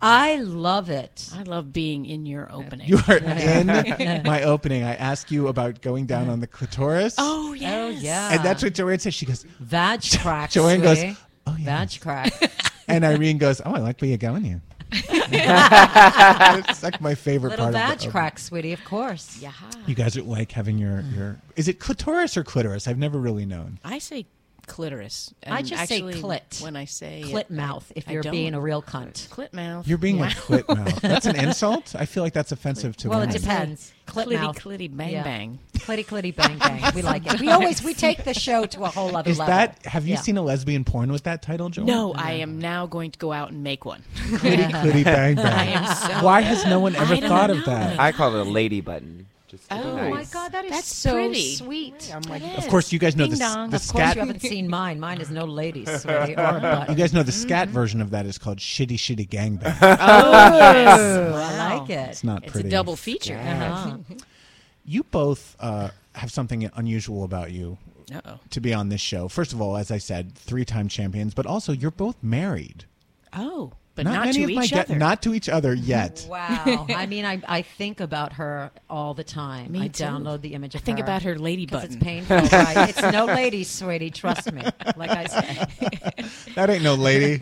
Speaker 15: I love it.
Speaker 16: I love being in your opening.
Speaker 11: You are in my opening. I ask you about going down on the clitoris.
Speaker 16: Oh yeah.
Speaker 15: Oh yeah.
Speaker 11: And that's what Joanne says. She goes,
Speaker 15: Vag crack.
Speaker 11: Joanne goes, "Oh,
Speaker 15: sweetie. Vag crack.
Speaker 11: and Irene goes, Oh, I like where you're going here. it's like my favorite
Speaker 15: Little
Speaker 11: part of the
Speaker 15: badge
Speaker 11: opening.
Speaker 15: crack, sweetie, of course. Yeah.
Speaker 11: You guys are like having your, your is it clitoris or clitoris? I've never really known.
Speaker 16: I say clitoris.
Speaker 15: I
Speaker 16: and
Speaker 15: just say
Speaker 16: actually
Speaker 15: clit.
Speaker 16: when I say it,
Speaker 15: Clit mouth, if
Speaker 16: I
Speaker 15: you're
Speaker 16: don't.
Speaker 15: being a real cunt.
Speaker 16: Clit mouth.
Speaker 11: You're being
Speaker 16: Yeah.
Speaker 11: like clit mouth. That's an insult. I feel like that's offensive to
Speaker 15: well, it
Speaker 11: women.
Speaker 15: depends. Clit
Speaker 16: Clitty,
Speaker 15: mouth.
Speaker 16: clitty, bang, bang.
Speaker 15: Clitty clitty bang bang. We like it. We always we take the show to a whole other
Speaker 11: Is
Speaker 15: level.
Speaker 11: that have you
Speaker 15: Yeah.
Speaker 11: seen a lesbian porn with that title, Joanne?
Speaker 16: No, I am now going to go out and make one.
Speaker 11: Clitty, clitty, bang, bang.
Speaker 16: I am so
Speaker 11: Why has no one ever
Speaker 16: I don't
Speaker 11: thought of
Speaker 16: know.
Speaker 11: that?
Speaker 12: I call it a lady button. Just
Speaker 15: Oh,
Speaker 12: to be
Speaker 15: my
Speaker 12: nice.
Speaker 15: God, that is
Speaker 16: That's
Speaker 15: so
Speaker 16: pretty.
Speaker 15: sweet.
Speaker 16: I'm
Speaker 15: like,
Speaker 11: Of course, you guys know the,
Speaker 15: Ding
Speaker 11: s-
Speaker 15: dong.
Speaker 11: the
Speaker 15: of course,
Speaker 11: scat.
Speaker 15: you haven't seen mine. Mine is no ladies sweaty or butt.
Speaker 11: You guys know the scat version of that is called Shitty Shitty Gangbang.
Speaker 15: Oh, I like it.
Speaker 11: It's not
Speaker 16: It's a
Speaker 11: pretty.
Speaker 16: double feature. Uh-huh.
Speaker 11: You both uh, have something unusual about you
Speaker 16: Uh-oh.
Speaker 11: to be on this show. First of all, as I said, three-time champions, but also you're both married.
Speaker 16: Oh, but not,
Speaker 11: many
Speaker 16: to
Speaker 11: of my
Speaker 16: each
Speaker 11: ge-
Speaker 16: other.
Speaker 11: Not to each other yet.
Speaker 15: Wow. I mean, I, I think about her all the time.
Speaker 16: Me
Speaker 15: I
Speaker 16: too.
Speaker 15: download the image
Speaker 16: I
Speaker 15: of
Speaker 16: think about her lady
Speaker 15: 'cause It's
Speaker 16: button.
Speaker 15: painful. right? It's no ladies, sweetie. Trust me. Like I said.
Speaker 11: That ain't no lady.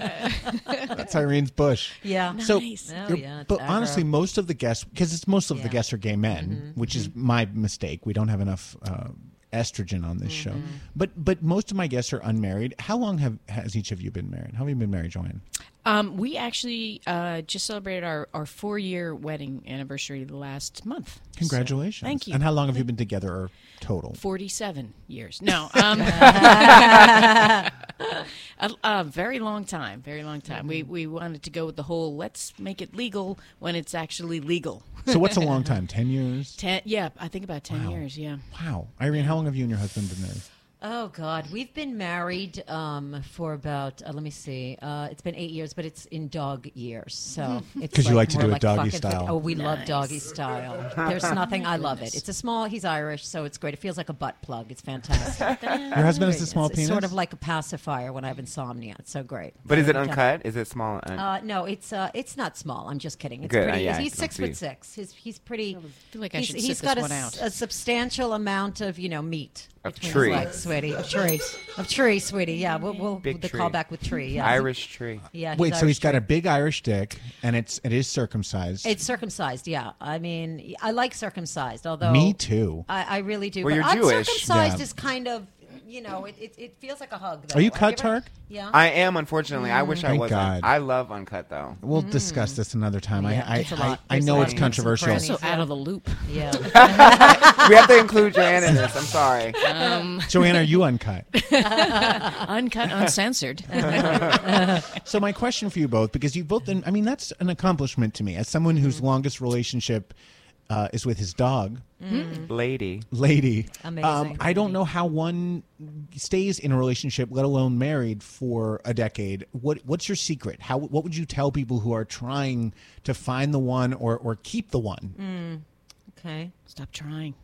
Speaker 11: That's Irene's Bush.
Speaker 15: Yeah.
Speaker 11: So,
Speaker 15: Nice. Oh,
Speaker 11: you're-
Speaker 15: yeah, it's
Speaker 11: but
Speaker 15: ever.
Speaker 11: honestly, most of the guests, because it's most of the guests are gay men, which is my mistake. We don't have enough uh, estrogen on this show. But but most of my guests are unmarried. How long have has each of you been married? How have you been married, Joanne?
Speaker 16: Um, we actually uh, just celebrated our, our four year wedding anniversary last month. So,
Speaker 11: Congratulations.
Speaker 16: thank you.
Speaker 11: And how long have you been together or total?
Speaker 16: 47 years. No. Um, a, a very long time. Very long time.
Speaker 15: Mm-hmm.
Speaker 16: We, we wanted to go with the whole let's make it legal when it's actually legal.
Speaker 11: So what's a long time? Ten years?
Speaker 16: Ten, yeah, I think about 10 years. Yeah.
Speaker 11: Wow. Irene, how long have you and your husband been married?
Speaker 15: Oh God, we've been married um, for about uh, let me see, uh, it's been eight years, but it's in dog years. So it's
Speaker 11: 'Cause you like to
Speaker 15: more
Speaker 11: do it doggy
Speaker 15: fucking fif-
Speaker 11: style.
Speaker 15: Oh, we love
Speaker 16: Nice.
Speaker 15: doggy style. There's nothing I love it. It's a small. He's Irish, so it's great. It feels like a butt plug. It's fantastic.
Speaker 11: Your husband has a small
Speaker 15: It's sort
Speaker 11: penis?
Speaker 15: of like a pacifier when I have insomnia. It's so great.
Speaker 12: But is it
Speaker 15: Every time.
Speaker 12: uncut? Is it small? and-
Speaker 15: Uh, no, it's uh, it's not small. I'm just kidding. It's
Speaker 12: Good,
Speaker 15: pretty.
Speaker 12: uh, yeah, I
Speaker 15: he's
Speaker 12: can
Speaker 15: six
Speaker 12: see.
Speaker 15: foot six. He's he's pretty.
Speaker 16: feel like I
Speaker 15: he's-
Speaker 16: should
Speaker 15: he's
Speaker 16: sit
Speaker 15: got
Speaker 16: this
Speaker 15: a,
Speaker 16: one
Speaker 15: s-
Speaker 16: out.
Speaker 15: a substantial amount of you know meat
Speaker 12: Of
Speaker 15: between
Speaker 12: tree.
Speaker 15: his legs, sweetie. Of tree, of tree, sweetie. Yeah, we'll, we'll
Speaker 12: Big
Speaker 15: the
Speaker 12: tree.
Speaker 15: callback with tree. Yeah,
Speaker 12: Irish tree.
Speaker 15: Yeah.
Speaker 11: Wait, so
Speaker 15: Irish
Speaker 11: he's got a big Irish dick, and it's it is circumcised.
Speaker 15: It's circumcised, yeah. I mean, I like circumcised, although
Speaker 11: Me too.
Speaker 15: I, I really do.
Speaker 11: Well,
Speaker 15: but
Speaker 11: you're Jewish.
Speaker 15: Uncircumcised
Speaker 11: Yeah.
Speaker 15: is kind of, you know, it, it, it feels like a hug. Though.
Speaker 11: Are you
Speaker 15: Have
Speaker 11: cut,
Speaker 15: ever-
Speaker 11: Turk?
Speaker 15: Yeah.
Speaker 12: I am, unfortunately. I wish I
Speaker 11: Thank
Speaker 12: wasn't.
Speaker 11: God.
Speaker 12: I love uncut, though.
Speaker 11: We'll discuss this another time.
Speaker 12: Mm. Yeah,
Speaker 11: I I,
Speaker 12: it's a
Speaker 11: I,
Speaker 12: lot.
Speaker 11: I
Speaker 12: There's a
Speaker 11: know
Speaker 12: lot
Speaker 11: it's
Speaker 12: of pranks and
Speaker 11: controversial.
Speaker 12: pranks.
Speaker 16: So out of the loop.
Speaker 15: Yeah.
Speaker 12: we have to include Joanne in this. I'm sorry.
Speaker 16: Um,
Speaker 11: Joanne, are you uncut?
Speaker 16: uncut, uncensored.
Speaker 11: so my question for you both, because you both, I mean, that's an accomplishment to me as someone whose
Speaker 12: Mm-hmm.
Speaker 11: longest relationship uh, is with his dog,
Speaker 12: Mm. Lady.
Speaker 11: lady. um,
Speaker 12: Amazing.
Speaker 11: I don't know how one stays in a relationship, let alone married, for a decade. What What's your secret? How What would you tell people who are trying to find the one or or keep the one?
Speaker 15: Mm, okay.
Speaker 16: Stop trying.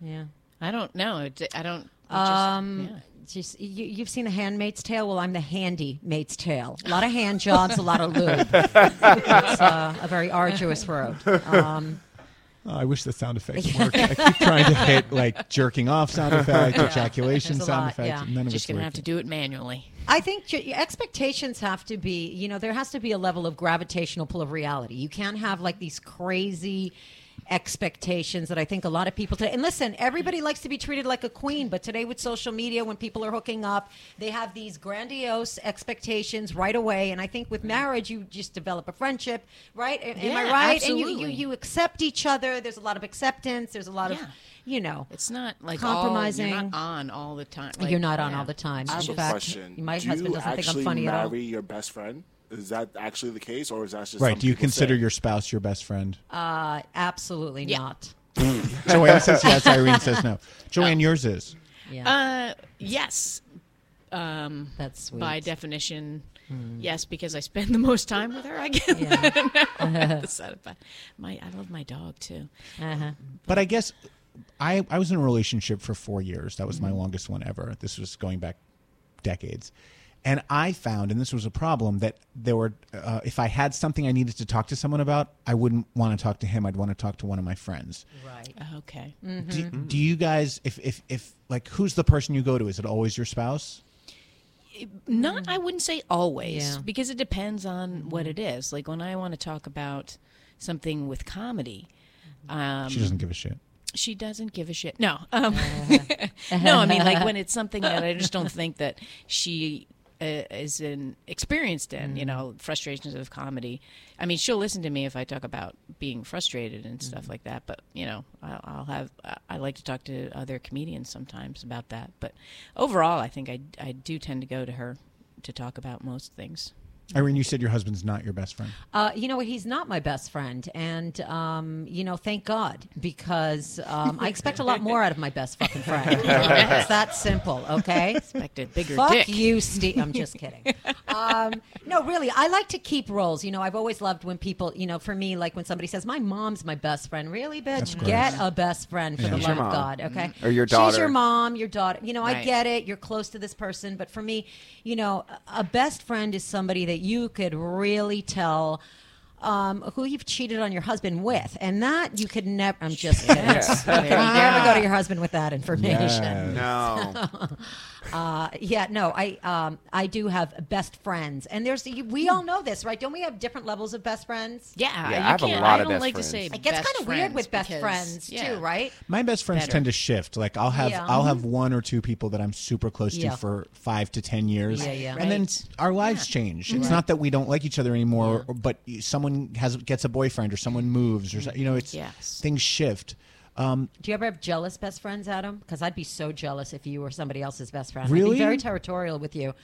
Speaker 15: Yeah.
Speaker 16: I don't know. It- I don't. it just-
Speaker 15: Um,
Speaker 16: yeah.
Speaker 15: just you, you've seen The Handmaid's Tale. Well, I'm the handy maid's tale. A lot of hand jobs, a lot of lube. it's uh, a very arduous road. Um,
Speaker 11: Oh, I wish the sound effects worked. I keep trying to hit like jerking off sound effect,
Speaker 15: Yeah.
Speaker 11: ejaculation
Speaker 15: There's a
Speaker 11: sound
Speaker 15: lot,
Speaker 11: effect.
Speaker 15: yeah.
Speaker 11: and None of
Speaker 16: just
Speaker 11: it's
Speaker 16: gonna
Speaker 11: working.
Speaker 16: have to do it manually.
Speaker 15: I think ju- expectations have to be, you know, there has to be a level of gravitational pull of reality. You can't have like these crazy expectations that I think a lot of people today. And listen, everybody likes to be treated like a queen, but today with social media, when people are hooking up, they have these grandiose expectations right away. And I think with marriage, you just develop a friendship, right? A- Am I
Speaker 16: Mm. Yeah,
Speaker 15: right? And you,
Speaker 16: absolutely.
Speaker 15: you, you accept each other. There's a lot of acceptance. There's a lot of, you know,
Speaker 16: It's not like all-
Speaker 15: compromising.
Speaker 16: you're not on all the time.
Speaker 15: You're
Speaker 16: Like,
Speaker 15: not on
Speaker 16: yeah.
Speaker 15: all the time.
Speaker 5: I have
Speaker 15: In
Speaker 5: a
Speaker 15: fact,
Speaker 5: question.
Speaker 15: My
Speaker 5: Do
Speaker 15: husband
Speaker 5: you
Speaker 15: doesn't think I'm
Speaker 5: actually
Speaker 15: funny at all.
Speaker 5: marry your best friend? Is that actually the case, or is that just
Speaker 11: Right?
Speaker 5: some
Speaker 11: Do you
Speaker 5: people
Speaker 11: consider
Speaker 5: say?
Speaker 11: your spouse your best friend?
Speaker 15: Uh, absolutely not.
Speaker 11: Joanne says yes. Irene says no. Joanne, yours is.
Speaker 16: Uh, yes. Um,
Speaker 15: That's sweet.
Speaker 16: By definition,
Speaker 6: Hmm.
Speaker 16: yes, because I spend the most time with her. I guess. That's not bad. my, I love my dog too.
Speaker 11: But I guess I I was in a relationship for four years. That was
Speaker 15: Mm-hmm.
Speaker 11: my longest one ever. This was going back decades. And I found, and this was a problem, that there were, uh, if I had something I needed to talk to someone about, I wouldn't want to talk to him. I'd want to talk to one of my friends.
Speaker 15: Right.
Speaker 16: Okay.
Speaker 11: Do,
Speaker 15: Mm-hmm.
Speaker 11: do you guys, if, if, if, like, who's the person you go to? Is it always your spouse?
Speaker 16: Not, I wouldn't say always,
Speaker 15: Yeah.
Speaker 16: because it depends on what it is. Like when I want to talk about something with comedy, um,
Speaker 11: she doesn't give a shit.
Speaker 16: she doesn't give a shit. No, um, no. I mean, like when it's something that I just don't think that she uh, is in, experienced in. You know, frustrations of comedy. I mean, she'll listen to me if I talk about being frustrated and stuff like that. But you know, I'll, I'll have. I- I like to talk to other comedians sometimes about that. But overall, I think I I do tend to go to her to talk about most things.
Speaker 11: Irene, you said your husband's not your best friend.
Speaker 15: Uh, you know what? He's not my best friend, and um, you know, thank God because um, I expect a lot more out of my best fucking friend. it's that simple, okay?
Speaker 16: Expected bigger
Speaker 15: Fuck
Speaker 16: dick.
Speaker 15: you, Steve. I'm just kidding. Um, no, really, I like to keep roles. You know, I've always loved when people, you know, for me, like when somebody says, "My mom's my best friend." Really,
Speaker 12: That's
Speaker 15: bitch,
Speaker 12: gross.
Speaker 15: get a best friend for
Speaker 12: Yeah.
Speaker 15: the
Speaker 12: She's your
Speaker 15: love of
Speaker 12: mom.
Speaker 15: God, okay?
Speaker 12: Or your
Speaker 15: She's
Speaker 12: daughter.
Speaker 15: your mom, your daughter. You know, I
Speaker 12: Right.
Speaker 15: get it. You're close to this person, but for me, you know, a a best friend is somebody that you could really tell. Um, who you've cheated on your husband with, and that you could never. I'm just kidding.
Speaker 12: Yes.
Speaker 15: You could never go to your husband with that information.
Speaker 12: Yes. No.
Speaker 15: uh, yeah, no, I um, I do have best friends, and there's we all know this, right? Don't we have different levels of best friends?
Speaker 16: Yeah,
Speaker 6: Yeah, you I have a can't- lot I of don't best like to friends. say
Speaker 15: It gets
Speaker 16: best
Speaker 15: kind of weird
Speaker 16: friends
Speaker 15: with best
Speaker 16: because-
Speaker 15: friends
Speaker 16: yeah.
Speaker 15: too, right?
Speaker 11: My best friends
Speaker 15: Better.
Speaker 11: tend to shift. Like I'll have
Speaker 15: Yeah. Mm-hmm.
Speaker 11: I'll have one or two people that I'm super close
Speaker 15: Yeah.
Speaker 11: to for five to ten years.
Speaker 15: Yeah, yeah. Mm-hmm.
Speaker 11: And then s- our lives change. It's
Speaker 15: Right.
Speaker 11: not that we don't like each other anymore, or- but y- someone has gets a boyfriend or someone moves or so- you know it's things shift. Um,
Speaker 15: Do you ever have jealous best friends, Adam? Because I'd be so jealous if you were somebody else's best friend. I'd
Speaker 11: Really?
Speaker 15: be very territorial with you.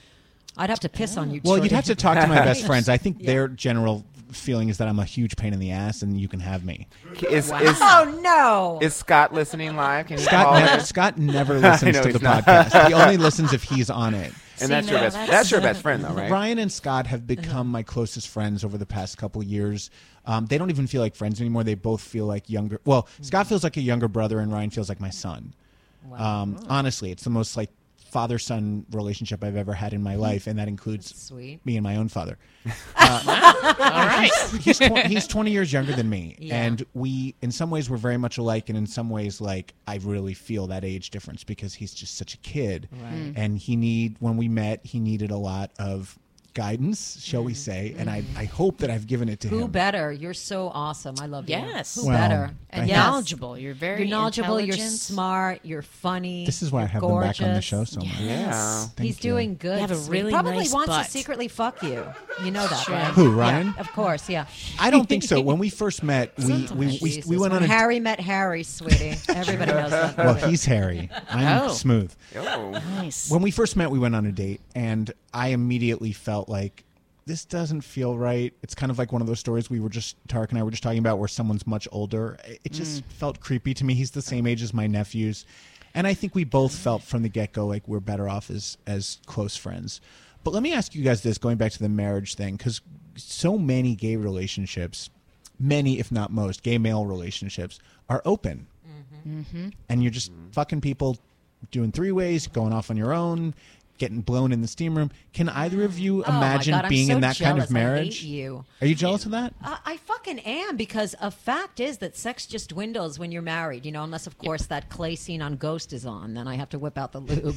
Speaker 15: I'd have to piss on you.
Speaker 11: well,
Speaker 15: Jordan.
Speaker 11: you'd have to talk to my best
Speaker 15: Right.
Speaker 11: friends. I think
Speaker 15: Yeah.
Speaker 11: their general feeling is that I'm a huge pain in the ass, and you can have me.
Speaker 12: Is,
Speaker 15: Wow.
Speaker 12: is,
Speaker 15: Oh, no.
Speaker 12: Is Scott listening live? Can you call
Speaker 11: Scott,
Speaker 12: in?
Speaker 11: ne- Scott never
Speaker 12: Oh. I
Speaker 11: listens
Speaker 12: know
Speaker 11: to the
Speaker 12: he's not.
Speaker 11: podcast. He only listens if he's on it.
Speaker 12: And that's your best. That's your best friend, though, right?
Speaker 11: Ryan and Scott have become my closest friends over the past couple years. Um, they don't even feel like friends anymore. They both feel like younger. Well, Scott feels like a younger brother, and Ryan feels like my son. Um, honestly, it's the most like father son relationship I've ever had in my life, and that includes
Speaker 15: sweet.
Speaker 11: me and my own father. Uh,
Speaker 15: All right.
Speaker 11: He's, he's, tw- he's 20 years younger than me,
Speaker 15: Yeah.
Speaker 11: and we, in some ways, we're very much alike, and in some ways, like I really feel that age difference because he's just such a kid,
Speaker 15: Right. Mm.
Speaker 11: and he need when we met, he needed a lot of guidance, shall we say, and I, I hope that I've given it to
Speaker 15: Mm-hmm. Who
Speaker 11: him.
Speaker 15: better? You're so awesome. I love you.
Speaker 16: Yes.
Speaker 15: Who
Speaker 11: Well,
Speaker 15: better?
Speaker 11: And
Speaker 15: Yes.
Speaker 16: knowledgeable. You're very
Speaker 15: You're knowledgeable. You're
Speaker 16: intelligent.
Speaker 15: smart. You're funny.
Speaker 11: This is why I
Speaker 15: you're
Speaker 11: have them
Speaker 15: gorgeous.
Speaker 11: back on the show so much.
Speaker 12: Yeah.
Speaker 11: Thank
Speaker 15: He's
Speaker 11: you.
Speaker 15: doing good.
Speaker 16: You have a
Speaker 15: sweet-
Speaker 16: really
Speaker 15: Probably
Speaker 16: nice
Speaker 15: wants
Speaker 16: butt.
Speaker 15: to secretly fuck you. You know that,
Speaker 11: Sure.
Speaker 15: right?
Speaker 11: Who,
Speaker 15: Yeah,
Speaker 11: Ryan?
Speaker 15: of course, yeah.
Speaker 11: I don't think so. When we first met, we we, we,
Speaker 15: Jesus.
Speaker 11: we went on
Speaker 15: When
Speaker 11: a
Speaker 15: Harry met Harry, sweetie. Everybody knows that.
Speaker 11: well, he's hairy. I'm
Speaker 15: Oh.
Speaker 11: smooth.
Speaker 12: Oh.
Speaker 16: Nice.
Speaker 11: When we first met, we went on a date, and I immediately felt like this doesn't feel right. It's kind of like one of those stories we were just Tarek and I were just talking about, where someone's much older. It it just
Speaker 15: Mm.
Speaker 11: felt creepy to me. He's the same age as my nephews, and I think we both felt from the get go like we're better off as as close friends. But let me ask you guys this, going back to the marriage thing, because so many gay relationships, many if not most gay male relationships, are open
Speaker 16: Mm-hmm.
Speaker 11: and you're just fucking people doing three ways, going off on your own, getting blown in the steam room. Can either of you
Speaker 15: Oh my
Speaker 11: imagine
Speaker 15: God, I'm
Speaker 11: being
Speaker 15: so
Speaker 11: in that kind
Speaker 15: jealous.
Speaker 11: of
Speaker 15: I hate
Speaker 11: marriage?
Speaker 15: you. Uh,
Speaker 11: Are you jealous of that?
Speaker 15: I I fucking am because a fact is that sex just dwindles when you're married, you know, unless, of course, that clay scene on Ghost is on. Then I have to whip out the lube.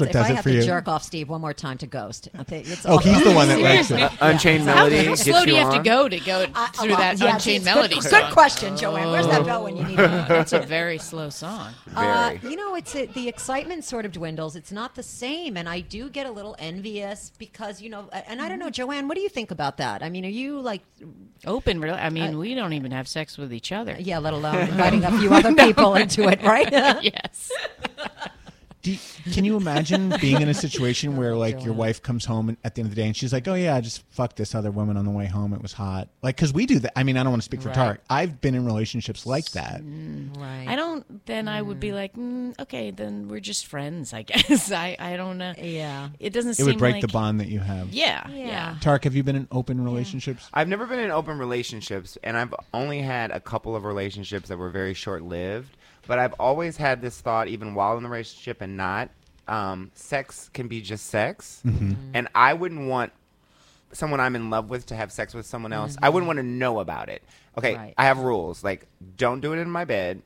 Speaker 15: It's-
Speaker 11: what
Speaker 15: if
Speaker 11: does
Speaker 15: I
Speaker 11: it
Speaker 15: have
Speaker 11: for
Speaker 15: to
Speaker 11: you.
Speaker 15: jerk off, Steve, one more time to Ghost. Okay, it's
Speaker 11: Oh,
Speaker 15: all-
Speaker 11: he's the one that likes it.
Speaker 15: Yeah.
Speaker 12: Uh, Unchained Melody
Speaker 16: How
Speaker 12: gets
Speaker 16: slow do
Speaker 12: you
Speaker 16: you have to
Speaker 12: on?
Speaker 16: go to go through
Speaker 15: uh,
Speaker 16: that
Speaker 15: yeah, see,
Speaker 16: Unchained
Speaker 15: it's good-
Speaker 16: Melody
Speaker 15: good
Speaker 16: song?
Speaker 15: question, Joanne. Where's that bell when you need it?
Speaker 16: Oh, That's a very slow song.
Speaker 15: Uh, you know, it's it the excitement sort of dwindles. It's not the same, and I do get a little envious because you know. And I don't know, Joanne, what do you think about that? I mean, are you like uh,
Speaker 16: open? Really? I mean, we don't even have sex with each other.
Speaker 15: Yeah, let alone inviting a few other people into it, right?
Speaker 16: yes.
Speaker 11: Do you- can you imagine being in a situation where like your wife comes home and, at the end of the day and she's like, "Oh yeah, I just fucked this other woman on the way home. It was hot." Like cuz we do that. I mean, I don't want to speak for
Speaker 16: Right.
Speaker 11: Tarek. I've been in relationships like that.
Speaker 15: Right.
Speaker 16: I don't. Then I would be like, mm, okay, then we're just friends, I guess. I I don't. Uh,
Speaker 15: yeah.
Speaker 16: It doesn't.
Speaker 11: It
Speaker 16: seem
Speaker 11: would break
Speaker 16: like,
Speaker 11: the bond that you have.
Speaker 16: Yeah. Yeah.
Speaker 11: Tarek, have you been in open relationships?
Speaker 12: I've never been in open relationships, and I've only had a couple of relationships that were very short lived. But I've always had this thought, even while in the relationship and not, um, sex can be just sex.
Speaker 17: Mhm.
Speaker 12: And I wouldn't want someone I'm in love with to have sex with someone else. I wouldn't want to know about it. Okay,
Speaker 17: Right.
Speaker 12: I have rules like don't do it in my bed,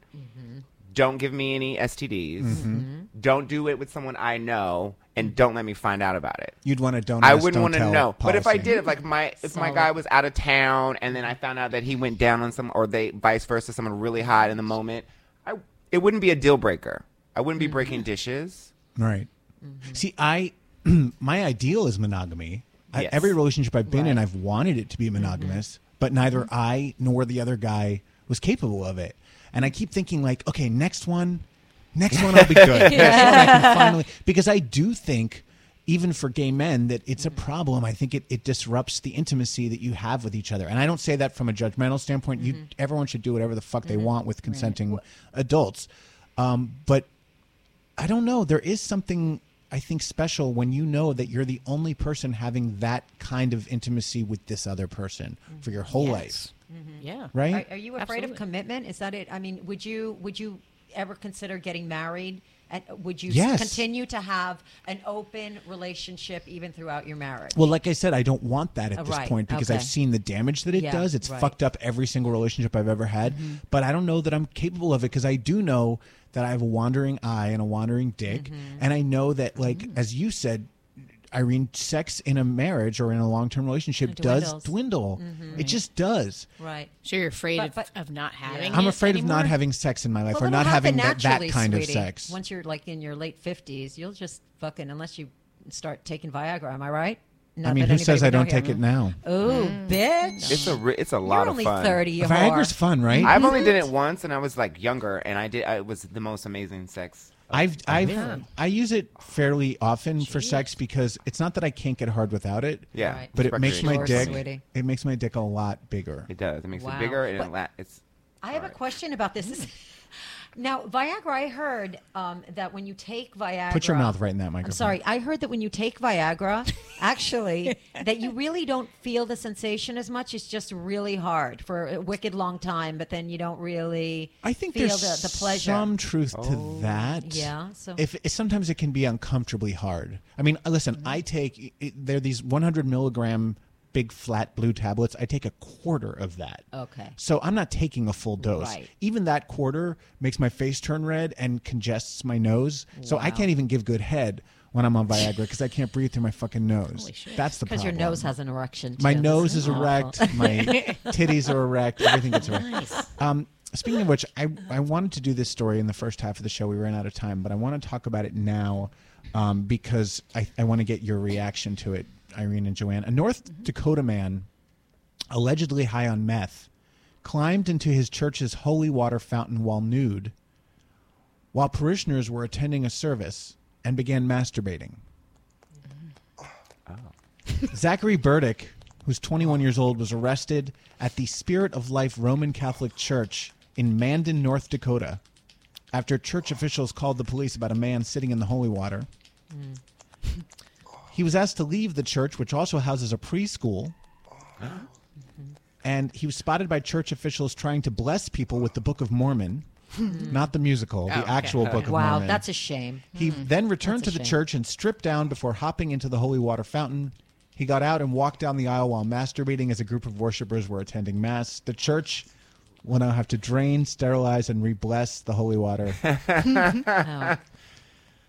Speaker 12: don't give me any STDs,
Speaker 11: Mhm.
Speaker 12: don't do it with someone I know, and don't let me find out about it.
Speaker 11: You'd want to don't
Speaker 12: I
Speaker 11: ask,
Speaker 12: wouldn't
Speaker 11: don't
Speaker 12: want to
Speaker 11: tell
Speaker 12: know. But if I
Speaker 11: policy.
Speaker 12: did, if like my if my
Speaker 17: Solid.
Speaker 12: guy was out of town and then I found out that he went down on some or they vice versa, someone really hot in the moment, I it wouldn't be a deal breaker. I wouldn't
Speaker 15: Mm-hmm.
Speaker 12: be breaking dishes.
Speaker 11: Right. See, I my ideal is monogamy. I,
Speaker 12: Yes.
Speaker 11: every relationship I've been in, I've wanted it to be monogamous, but neither I nor the other guy was capable of it. And I keep thinking, like, okay, next one, next one I'll be good. Next one I can finally, because I do think even for gay men that it's a problem. I think it, it disrupts the intimacy that you have with each other. And I don't say that from a judgmental standpoint. You everyone should do whatever the fuck they want with consenting adults. Um, but I don't know. There is something I think special when you know that you're the only person having that kind of intimacy with this other person for your whole life.
Speaker 16: Yeah.
Speaker 11: Right?
Speaker 15: Mm. Mm-hmm. Are, are you afraid of commitment? Is that it? I mean, would you would you ever consider getting married? And would you s-
Speaker 11: Yes.
Speaker 15: continue to have an open relationship even throughout your marriage?
Speaker 11: Well, like I said, I don't want that at
Speaker 15: Oh,
Speaker 11: this
Speaker 15: right.
Speaker 11: point because I've
Speaker 15: Okay.
Speaker 11: seen the damage that it
Speaker 15: Yeah,
Speaker 11: does. It's
Speaker 15: right.
Speaker 11: fucked up every single relationship I've ever had.
Speaker 15: Mhm.
Speaker 11: But I don't know that I'm capable of it because I do know that I have a wandering eye and a wandering dick.
Speaker 15: Mm-hmm.
Speaker 11: And I know that, like, as you said, Irene, sex in a marriage or in a long term relationship
Speaker 16: It
Speaker 11: does
Speaker 16: dwindles.
Speaker 11: dwindle.
Speaker 16: Mhm.
Speaker 15: Mm-hmm.
Speaker 11: It just does.
Speaker 15: Right.
Speaker 16: So you're afraid of, of not having.
Speaker 11: I'm
Speaker 16: it
Speaker 11: afraid of not
Speaker 16: anymore?
Speaker 11: having sex in my life
Speaker 15: Well,
Speaker 11: or
Speaker 15: that'll
Speaker 11: not
Speaker 15: happen
Speaker 11: having that, that
Speaker 15: naturally,
Speaker 11: kind
Speaker 15: sweetie.
Speaker 11: of sex.
Speaker 15: Once you're like in your late fifties, you'll just fucking unless you start taking Viagra. Am I right? Not
Speaker 11: I mean,
Speaker 15: that
Speaker 11: who
Speaker 15: anybody
Speaker 11: says
Speaker 15: would
Speaker 11: I
Speaker 15: know
Speaker 11: don't
Speaker 15: here.
Speaker 11: take it now?
Speaker 15: Ooh, bitch!
Speaker 12: Mm. It's a ri- it's a lot
Speaker 15: You're
Speaker 12: of
Speaker 15: only
Speaker 12: fun.
Speaker 15: 30, you
Speaker 11: Viagra's whore. fun, right?
Speaker 12: I've only
Speaker 15: Mhm.
Speaker 12: done it once, and I was like younger, and I did. I, it was the most amazing sex.
Speaker 11: I've I've
Speaker 12: Yeah.
Speaker 11: I use it fairly often for sex because it's not that I can't get hard without it.
Speaker 12: Yeah. Right.
Speaker 11: but it
Speaker 12: Sure,
Speaker 11: makes my dick
Speaker 12: sweetie.
Speaker 11: it makes my dick a lot bigger.
Speaker 12: It does. It makes
Speaker 15: Wow.
Speaker 12: it bigger, and
Speaker 15: But-
Speaker 12: it la- it's
Speaker 15: I have a question about this. This- now, Viagra, I heard um, that when you take Viagra,
Speaker 11: Put your mouth right in that
Speaker 15: I'm
Speaker 11: microphone.
Speaker 15: sorry, I heard that when you take Viagra, actually, that you really don't feel the sensation as much. It's just really hard for a wicked long time, but then you don't really.
Speaker 11: I think
Speaker 15: feel
Speaker 11: there's
Speaker 15: the, the pleasure.
Speaker 11: some truth to that.
Speaker 15: Yeah, so-
Speaker 11: if, if sometimes it can be uncomfortably hard. I mean, uh, listen,
Speaker 15: Mm-hmm.
Speaker 11: I take it, there are these 100 milligram big flat blue tablets. I take a quarter of that.
Speaker 15: Okay.
Speaker 11: So I'm not taking a full dose.
Speaker 15: Right.
Speaker 11: Even that quarter makes my face turn red and congests my nose. So I
Speaker 15: Wow.
Speaker 11: can't even give good head when I'm on Viagra because I can't breathe through my fucking nose. That's the
Speaker 15: because
Speaker 11: problem.
Speaker 15: your nose has an erection.
Speaker 11: My
Speaker 15: too. Oh.
Speaker 11: nose
Speaker 15: This
Speaker 11: is
Speaker 15: awful.
Speaker 11: erect. My titties are erect. Everything gets erect.
Speaker 15: Nice.
Speaker 11: Um, speaking of which, I, I wanted to do this story in the first half of the show. We ran out of time, but I want to talk about it now um, because I, I want to get your reaction to it, Irene and Joanne. A North Dakota man, allegedly high on meth, climbed into his church's holy water fountain while nude, while parishioners were attending a service and began masturbating. Zachary Burdick, who's 21 years old, was arrested at the Spirit of Life Roman Catholic Church in Mandan, North Dakota, after church officials called the police about a man sitting in the holy water. He was asked to leave the church, which also houses a preschool. And he was spotted by church officials trying to bless people with the Book of Mormon, not the musical,
Speaker 15: Oh,
Speaker 11: the
Speaker 15: okay.
Speaker 11: actual Book of
Speaker 15: wow,
Speaker 11: Mormon.
Speaker 15: that's a shame.
Speaker 11: He then returned to
Speaker 15: Hmm. That's a
Speaker 11: the
Speaker 15: shame.
Speaker 11: church and stripped down before hopping into the holy water fountain. He got out and walked down the aisle while masturbating as a group of worshipers were attending mass. The church will now have to drain, sterilize, and re-bless the holy water.